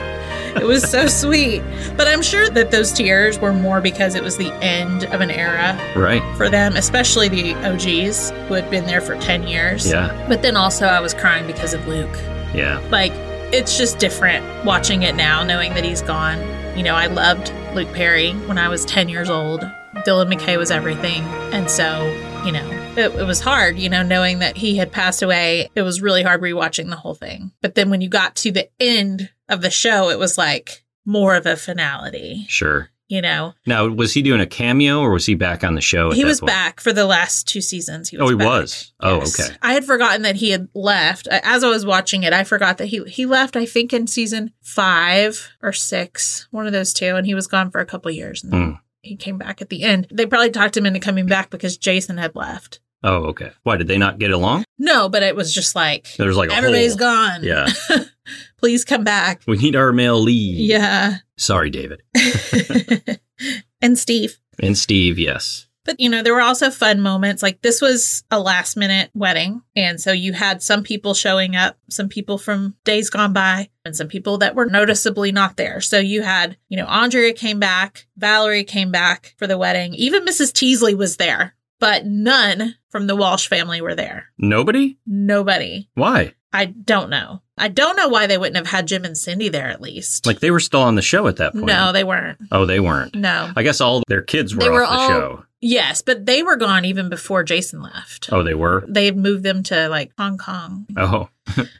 B: it was so sweet. But I'm sure that those tears were more because it was the end of an era
A: right?
B: for them, especially the OGs who had been there for 10 years.
A: Yeah.
B: But then also, I was crying because of Luke.
A: Yeah.
B: Like, it's just different watching it now, knowing that he's gone. You know, I loved Luke Perry when I was 10 years old. Dylan McKay was everything. And so, you know, it, it was hard, you know, knowing that he had passed away. It was really hard rewatching the whole thing. But then when you got to the end of the show, it was like more of a finality,
A: Sure.
B: you know?
A: Now, was he doing a cameo or was he back on the show? At
B: he
A: that
B: was
A: point?
B: back for the last two seasons. He was
A: Oh, he
B: back.
A: was? Oh, okay.
B: I had forgotten that he had left. A- As I was watching it, I forgot that he he left. I think in season five or six, one of those two, and he was gone for a couple years. And
A: Hmm.
B: He came back at the end. They probably talked him into coming back because Jason had left.
A: Oh, okay. Why did they not get along?
B: No, but it was just like
A: There's like a
B: everybody's
A: hole.
B: gone.
A: Oh, Yeah.
B: [LAUGHS]
A: Hmm.
B: please come back.
A: We need our male lead.
B: Yeah, [LAUGHS]
A: Sorry, David
B: and Steve.
A: and Steve. Yes.
B: But you know, there were also fun moments. Like this was a last minute wedding. And so you had some people showing up, some people from days gone by, and some people that were noticeably not there. So you had, you know, Andrea came back, Valerie came back for the wedding. Even Mrs. Teasley was there, but none from the Walsh family were there.
A: Nobody.
B: Nobody.
A: Why?
B: I don't know. I don't know why they wouldn't have had Jim and Cindy there at least.
A: Like they were still on the show at that point.
B: no, they weren't.
A: oh, they weren't.
B: No.
A: I guess all their kids were
F: They
A: off
F: were
A: the
F: all-
A: show.
B: Yes, but they were gone even before Jason left.
A: Oh, they were.
B: they had moved them to like Hong Kong
A: Oh,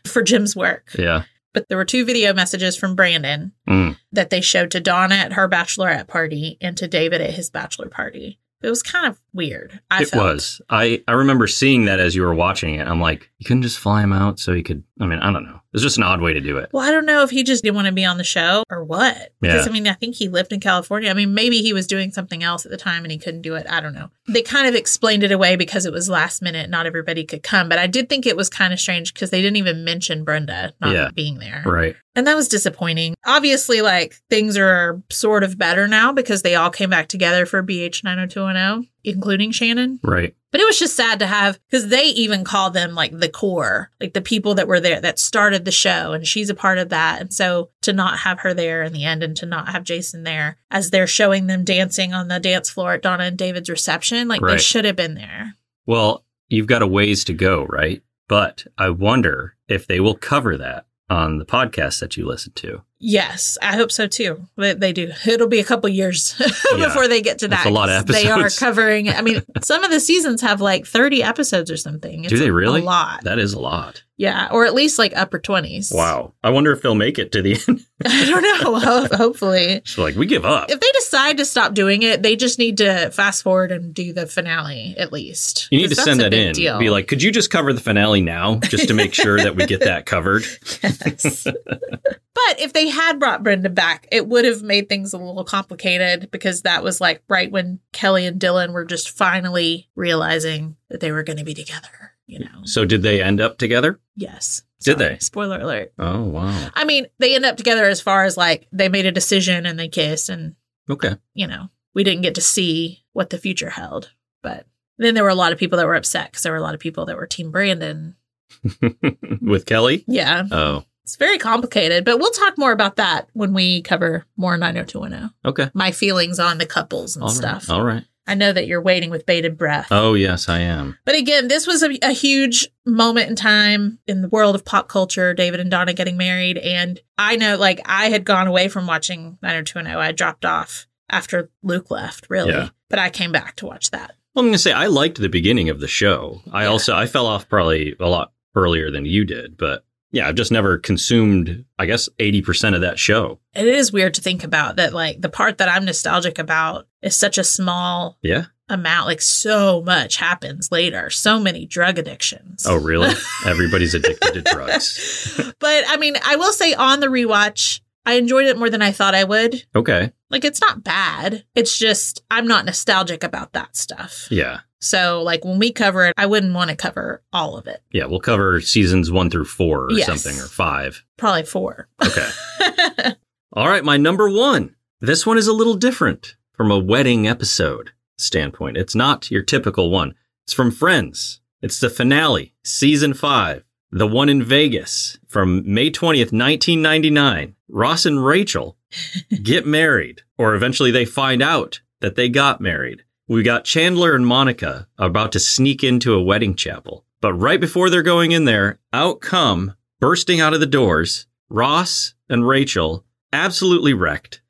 B: for Jim's work.
A: yeah.
B: But there were two video messages from Brandon
A: Mm.
B: that they showed to Donna at her bachelorette party and to David at his bachelor party. It was kind of weird. I
A: It
B: felt.
A: was. I I remember seeing that as you were watching it. I'm like, you couldn't just fly him out so he could. I mean, I don't know. It was just an odd way to do it.
B: Well, I don't know if he just didn't want to be on the show or what. Because
A: Yeah.
B: I mean, I think he lived in California. I mean, maybe he was doing something else at the time and he couldn't do it. I don't know. They kind of explained it away because it was last minute. Not everybody could come. But I did think it was kind of strange because they didn't even mention Brenda not
A: Yeah.
B: being there.
A: Right.
B: And that was disappointing. Obviously, like things are sort of better now because they all came back together for BH 90210, oh, including Shannon.
A: Right.
B: But it was just sad to have because they even call them like the core, like the people that were there that started the show, and she's a part of that. And so to not have her there in the end and to not have Jason there as they're showing them dancing on the dance floor at Donna and David's reception, like they
A: Right.
B: should have been there.
A: Well, you've got a ways to go, right? But I wonder if they will cover that on the podcast that you listen to.
B: Yes, I hope so too. But they do. It'll be a couple years [LAUGHS]
A: Yeah.
B: before they get to
A: That's
B: that.
A: a lot of
B: 'cause They are
A: episodes. [LAUGHS]
B: covering. I mean, some of the seasons have like thirty episodes or something. It's
A: Do they
B: a-
A: really?
B: A lot.
A: That is a lot.
B: Yeah, or at least like upper twenties.
A: Wow. I wonder if they'll make it to the [LAUGHS] end.
B: [LAUGHS] I don't know. [LAUGHS] Ho- Hopefully,
A: so like we give up.
B: if they decide to stop doing it, they just need to fast forward and do the finale at least.
A: You need to
B: 'Cause
A: send
B: that's
A: that
B: a big
A: in.
B: deal.
A: Be like, could you just cover the finale now, just to make sure that we get that
B: [LAUGHS]
A: covered? [LAUGHS]
B: Yes. but if they had brought Brenda back, it would have made things a little complicated because that was like right when Kelly and Dylan were just finally realizing that they were going to be together, you know?
A: So did they end up together?
B: Yes.
A: Did they?
B: Spoiler alert.
A: Oh wow.
B: I mean, they end up together as far as like they made a decision and they kissed, and,
A: Okay. [LAUGHS]
B: you know, we didn't get to see what the future held. But then there were a lot of people that were upset because there were a lot of people that were Team Brandon.
A: With Kelly?
B: Yeah.
A: Oh.
B: It's very complicated, but we'll talk more about that when we cover more 90210.
A: Okay.
B: My feelings on the couples and
A: All right.
B: stuff.
A: All right.
B: I know that you're waiting with bated breath.
A: Oh yes, I am.
B: But again, this was a, a huge moment in time in the world of pop culture, David and Donna getting married. And I know, like, I had gone away from watching 90210. I dropped off after Luke left, really.
A: Yeah.
B: But I came back to watch that.
A: Well, I'm gonna say I liked the beginning of the show. I
B: Yeah.
A: also I fell off probably a lot earlier than you did, but yeah, I've just never consumed I guess eighty percent of that show.
B: It is weird to think about that, like, the part that I'm nostalgic about is such a small
A: Yeah.
B: amount. Like so much happens later. So many drug addictions.
A: Oh
B: [LAUGHS]
A: really? Everybody's addicted to drugs.
B: but I mean, I will say on the rewatch, I enjoyed it more than I thought I would.
A: Okay.
B: Like it's not bad. It's just I'm not nostalgic about that stuff.
A: Yeah.
B: So like when we cover it, I wouldn't want to cover all of it.
A: Yeah. We'll cover seasons one through four or
B: Yes.
A: something or five.
B: Probably four.
A: Okay. [LAUGHS] All right, my number one. This one is a little different from a wedding episode standpoint. It's not your typical one. It's from Friends. It's the finale, season five, the one in Vegas from May 20th, 1999. Ross and Rachel get married, or eventually they find out that they got married. We got Chandler and Monica about to sneak into a wedding chapel. But right before they're going in there, out come, bursting out of the doors, Ross and Rachel absolutely wrecked.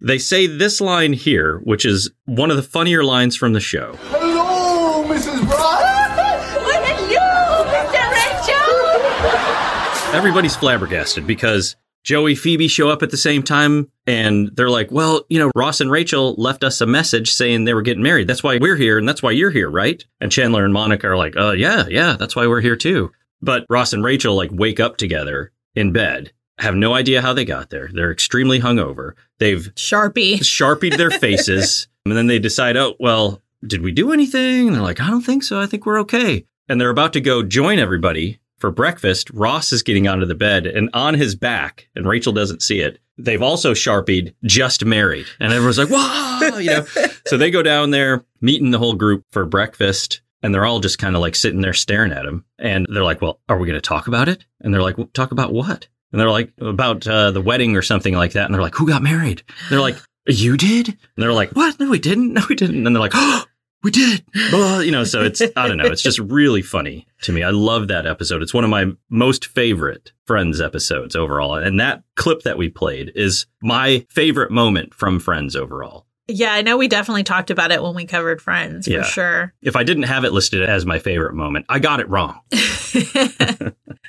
A: They say this line here, which is one of the funnier lines from the show.
I: Hello, Mrs. Ross.
D: Look at you, Mr. Rachel!
A: Everybody's flabbergasted because Joey, Phoebe show up at the same time and they're like, well, you know, Ross and Rachel left us a message saying they were getting married. That's why we're here and that's why you're here, right? And Chandler and Monica are like, oh, yeah, yeah, that's why we're here too. But Ross and Rachel like wake up together in bed, have no idea how they got there. They're extremely hungover. They've
B: Sharpie.
A: [LAUGHS] sharpied their faces. and then they decide, oh, well, did we do anything? And they're like, I don't think so. I think we're okay. And they're about to go join everybody for breakfast. Ross is getting onto the bed and on his back, and Rachel doesn't see it. They've also sharpied just married. And everyone's like, wow, you know. so they go down there, meeting the whole group for breakfast. And they're all just kind of like sitting there staring at him. And they're like, well, are we going to talk about it? And they're like, well, talk about what? And they're like, about uh, the wedding or something like that. And they're like, who got married? And they're like, you did? And they're like, what? No, we didn't. No, we didn't. And they're like, oh, we did. Blah, you know, so it's, I don't know. It's just really funny to me. I love that episode. It's one of my most favorite Friends episodes overall. And that clip that we played is my favorite moment from Friends overall.
B: Yeah, I know we definitely talked about it when we covered Friends
A: Yeah.
B: for sure.
A: If I didn't have it listed as my favorite moment, I got it wrong.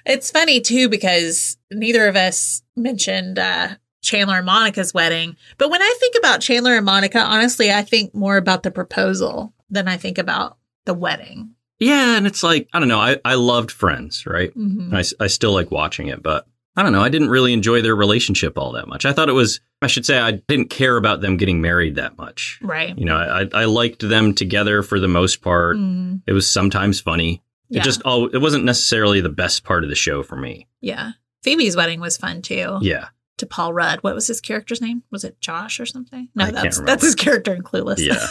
B: it's funny too because neither of us mentioned uh, Chandler and Monica's wedding. But when I think about Chandler and Monica, honestly, I think more about the proposal than I think about the wedding.
A: Yeah. And it's like, I don't know. I, I loved Friends, right?
B: Mhm.
A: I, s- I still like watching it, but I don't know. I didn't really enjoy their relationship all that much. I thought it was, I should say, I didn't care about them getting married that much.
B: Right.
A: You know, I, I- I liked them together for the most part.
B: Mm,
A: It was sometimes funny.
B: Yeah.
A: It just, oh, it wasn't necessarily the best part of the show for me.
B: yeah. Phoebe's wedding was fun too.
A: Yeah.
B: To Paul Rudd. What was his character's name? Was it Josh or something? No,
A: I can't
B: that's
A: remember.
B: that's his character in Clueless. [LAUGHS]
A: Yeah.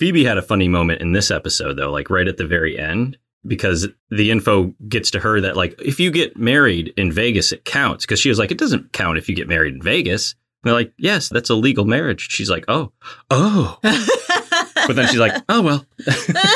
A: Phoebe had a funny moment in this episode, though, like right at the very end, because the info gets to her that, like, if you get married in Vegas, it counts. Because she was like, it doesn't count if you get married in Vegas. And they're like, yes, that's a legal marriage. She's like, oh, oh. But then she's like, oh, well,
B: so then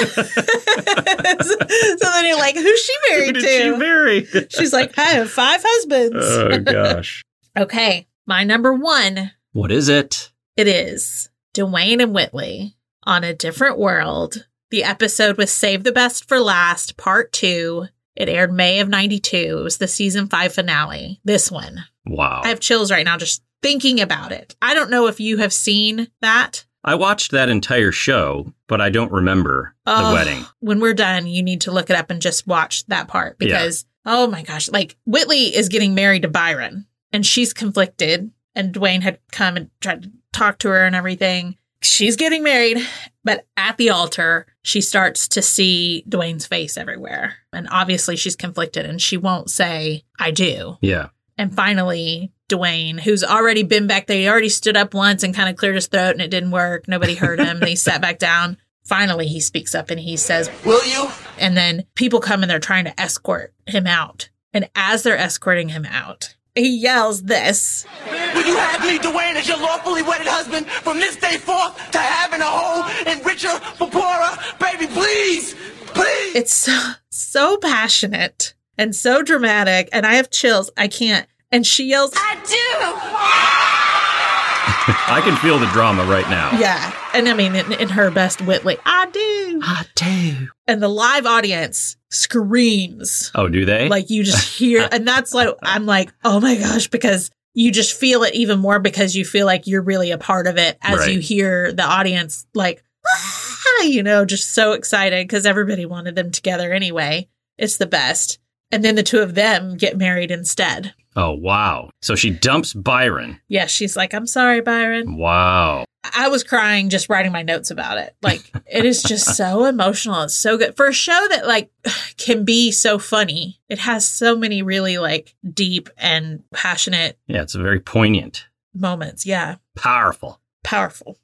B: you're like, who's she
A: [LAUGHS] who
B: married
A: did
B: to?
A: she
B: [LAUGHS]
A: marry?
B: She's like, I have five husbands.
A: oh, gosh.
B: okay, my number one.
A: What is it?
B: It is Dwayne and Whitley on a different world. The episode was Save the Best for Last, Part Two. It aired May of '92. It was the season five finale. This one,
A: Wow.
B: I have chills right now just thinking about it. I don't know if you have seen that.
A: I watched that entire show, but I don't remember the
B: Ugh.
A: wedding.
B: When we're done, you need to look it up and just watch that part because oh my gosh, like Whitley is getting married to Byron and she's conflicted and Dwayne had come and tried to talk to her and everything. She's getting married, but at the altar, she starts to see Dwayne's face everywhere. And obviously she's conflicted and she won't say I do.
A: Yeah.
B: And finally, Dwayne, who's already been back there, he already stood up once and kind of cleared his throat and it didn't work. Nobody heard him. they sat back down. Finally, he speaks up and he says,
I: Will you?
B: and then people come and they're trying to escort him out. And as they're escorting him out, he yells this.
I: Will you have me, Dwayne, as your lawfully wedded husband from this day forth to having a whole and richer for poorer? Baby, please! Please!
B: It's so, so passionate and so dramatic. And I have chills. I can't. And she yells,
A: I can feel the drama right now.
B: yeah. And I mean, in, in her best Whitley, I do.
A: I do.
B: And the live audience screams.
A: Oh, do they?
B: Like you just hear, and that's like I'm like, oh my gosh, because you just feel it even more because you feel like you're really a part of it as
A: Right.
B: you hear the audience like, "Ah," you know, just so excited because everybody wanted them together anyway. It's the best. And then the two of them get married instead.
A: oh, wow. So she dumps Byron.
B: Yeah, she's like, I'm sorry, Byron.
A: Wow.
B: I was crying just writing my notes about it. Like, it is just so emotional. It's so good for a show that like [SIGHS] can be so funny. It has so many really like deep and passionate
A: Yeah, it's very poignant,
B: moments. Yeah,
A: powerful.
B: powerful.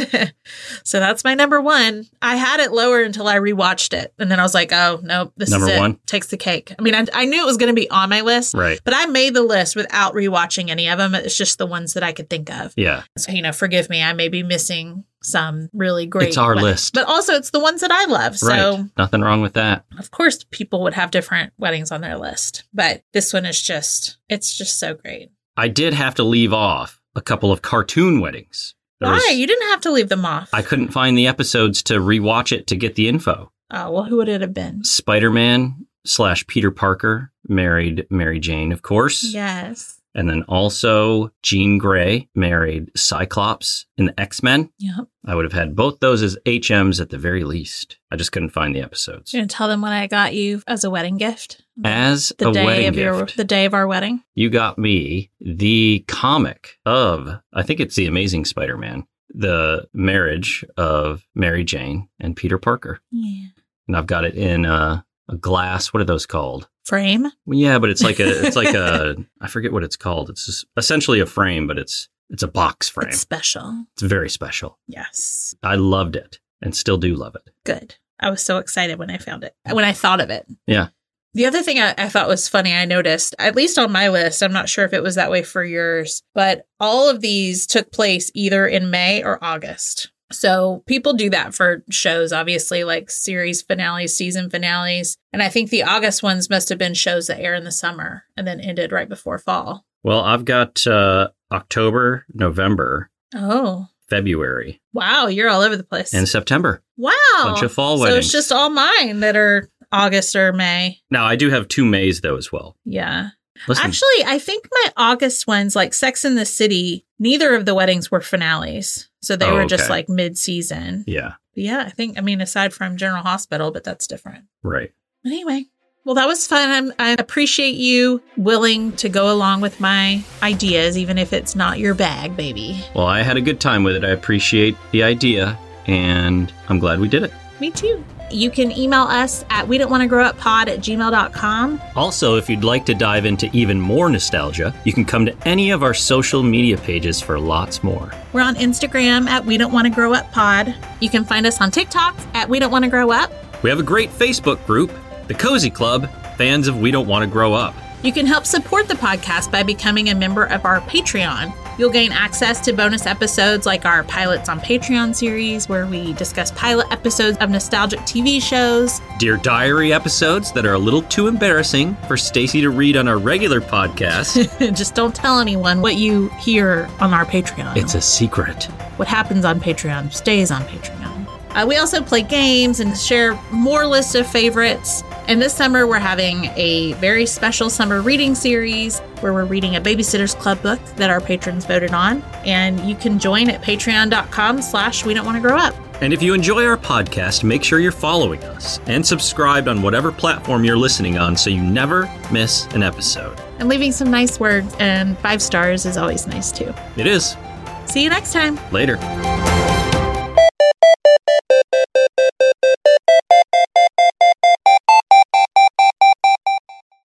B: [LAUGHS] so that's my number one. I had it lower until I rewatched it, and then I was like, "Oh no, this
A: Number
B: is it.
A: one?
B: takes the cake." I mean, I, I knew it was going to be on my list,
A: Right.
B: but I made the list without rewatching any of them. It's just the ones that I could think of.
A: Yeah.
B: So, you know, forgive me. I may be missing some really great.
A: It's our
B: wed-
A: list.
B: But also, it's the ones that I love. So,
A: right. Nothing wrong with that.
B: of course, people would have different weddings on their list. But this one is just, it's just so great.
A: I did have to leave off a couple of cartoon weddings. There
B: Why?
A: was-
B: you didn't have to leave them off.
A: I couldn't find the episodes to rewatch it to get the info.
B: oh, well, who would it have been?
A: Spider Man slash Peter Parker married Mary Jane, of course.
B: Yes.
A: And then also Jean Grey married Cyclops in the X Men.
B: Yep.
A: I would have had both those as HMs at the very least. I just couldn't find the episodes.
B: You're going to tell them what I got you as a wedding gift?
A: As
B: The
A: a
B: day
A: wedding
B: of
A: gift,
B: your, the day of our wedding.
A: you got me the comic of, I think it's The Amazing Spider Man, the marriage of Mary Jane and Peter Parker.
B: Yeah.
A: And I've got it in a, a glass. What are those called?
B: Frame.
A: Well, yeah, but it's like a, it's like
B: [LAUGHS]
A: a, I forget what it's called. It's just essentially a frame, but it's, it's a box frame.
B: It's special.
A: it's very special.
B: Yes.
A: I loved it and still do love it.
B: good. I was so excited when I found it, when I thought of it.
A: Yeah.
B: The other thing I, I thought was funny, I noticed, at least on my list, I'm not sure if it was that way for yours, but all of these took place either in May or August. So people do that for shows, obviously, like series finales, season finales. And I think the August ones must have been shows that air in the summer and then ended right before fall.
A: Well, I've got uh, October, November,
B: Oh,
A: February,
B: wow. You're all over the place.
A: and September.
B: wow.
A: bunch of fall
B: So it's
A: weddings.
B: just all mine that are August or May.
A: Now, I do have two Mays, though, as well.
B: Yeah.
A: Listen,
B: Actually, I think my August ones, like Sex in the City, neither of the weddings were finales. So they
A: Oh,
B: were just
A: okay.
B: like mid season.
A: yeah,
B: Yeah, I think, I mean, aside from General Hospital, but that's different.
A: right.
B: But anyway, well, that was fun. I'm, I appreciate you willing to go along with my ideas, even if it's not your bag, baby.
A: Well, I had a good time with it. I appreciate the idea, and I'm glad we did it.
B: Me too. You can email us at we don't want to grow up pod at gmail.com.
A: Also, if you'd like to dive into even more nostalgia, you can come to any of our social media pages for lots more.
B: We're on Instagram at we don't want to grow up pod. You can find us on TikTok at we don't want to grow up.
A: We have a great Facebook group, The Cozy Club, fans of We Don't Want to Grow Up.
B: You can help support the podcast by becoming a member of our Patreon. You'll gain access to bonus episodes like our Pilots on Patreon series, where we discuss pilot episodes of nostalgic TV shows. [LAUGHS]
A: Dear Diary episodes that are a little too embarrassing for Stacy to read on our regular podcast.
B: Just don't tell anyone what you hear on our
A: [LAUGHS]
B: Patreon.
A: it's a secret.
B: what happens on Patreon stays on Patreon. Uh, we also play games and share more lists of favorites. And this summer, we're having a very special summer reading series where we're reading a Babysitter's Club book that our patrons voted on. And you can join at patreon.com slash we don't want to grow up.
A: And if you enjoy our podcast, make sure you're following us and subscribed on whatever platform you're listening on so you never miss an episode.
B: And leaving some nice words and five stars is always nice too.
A: It is.
B: See you next time.
A: Later.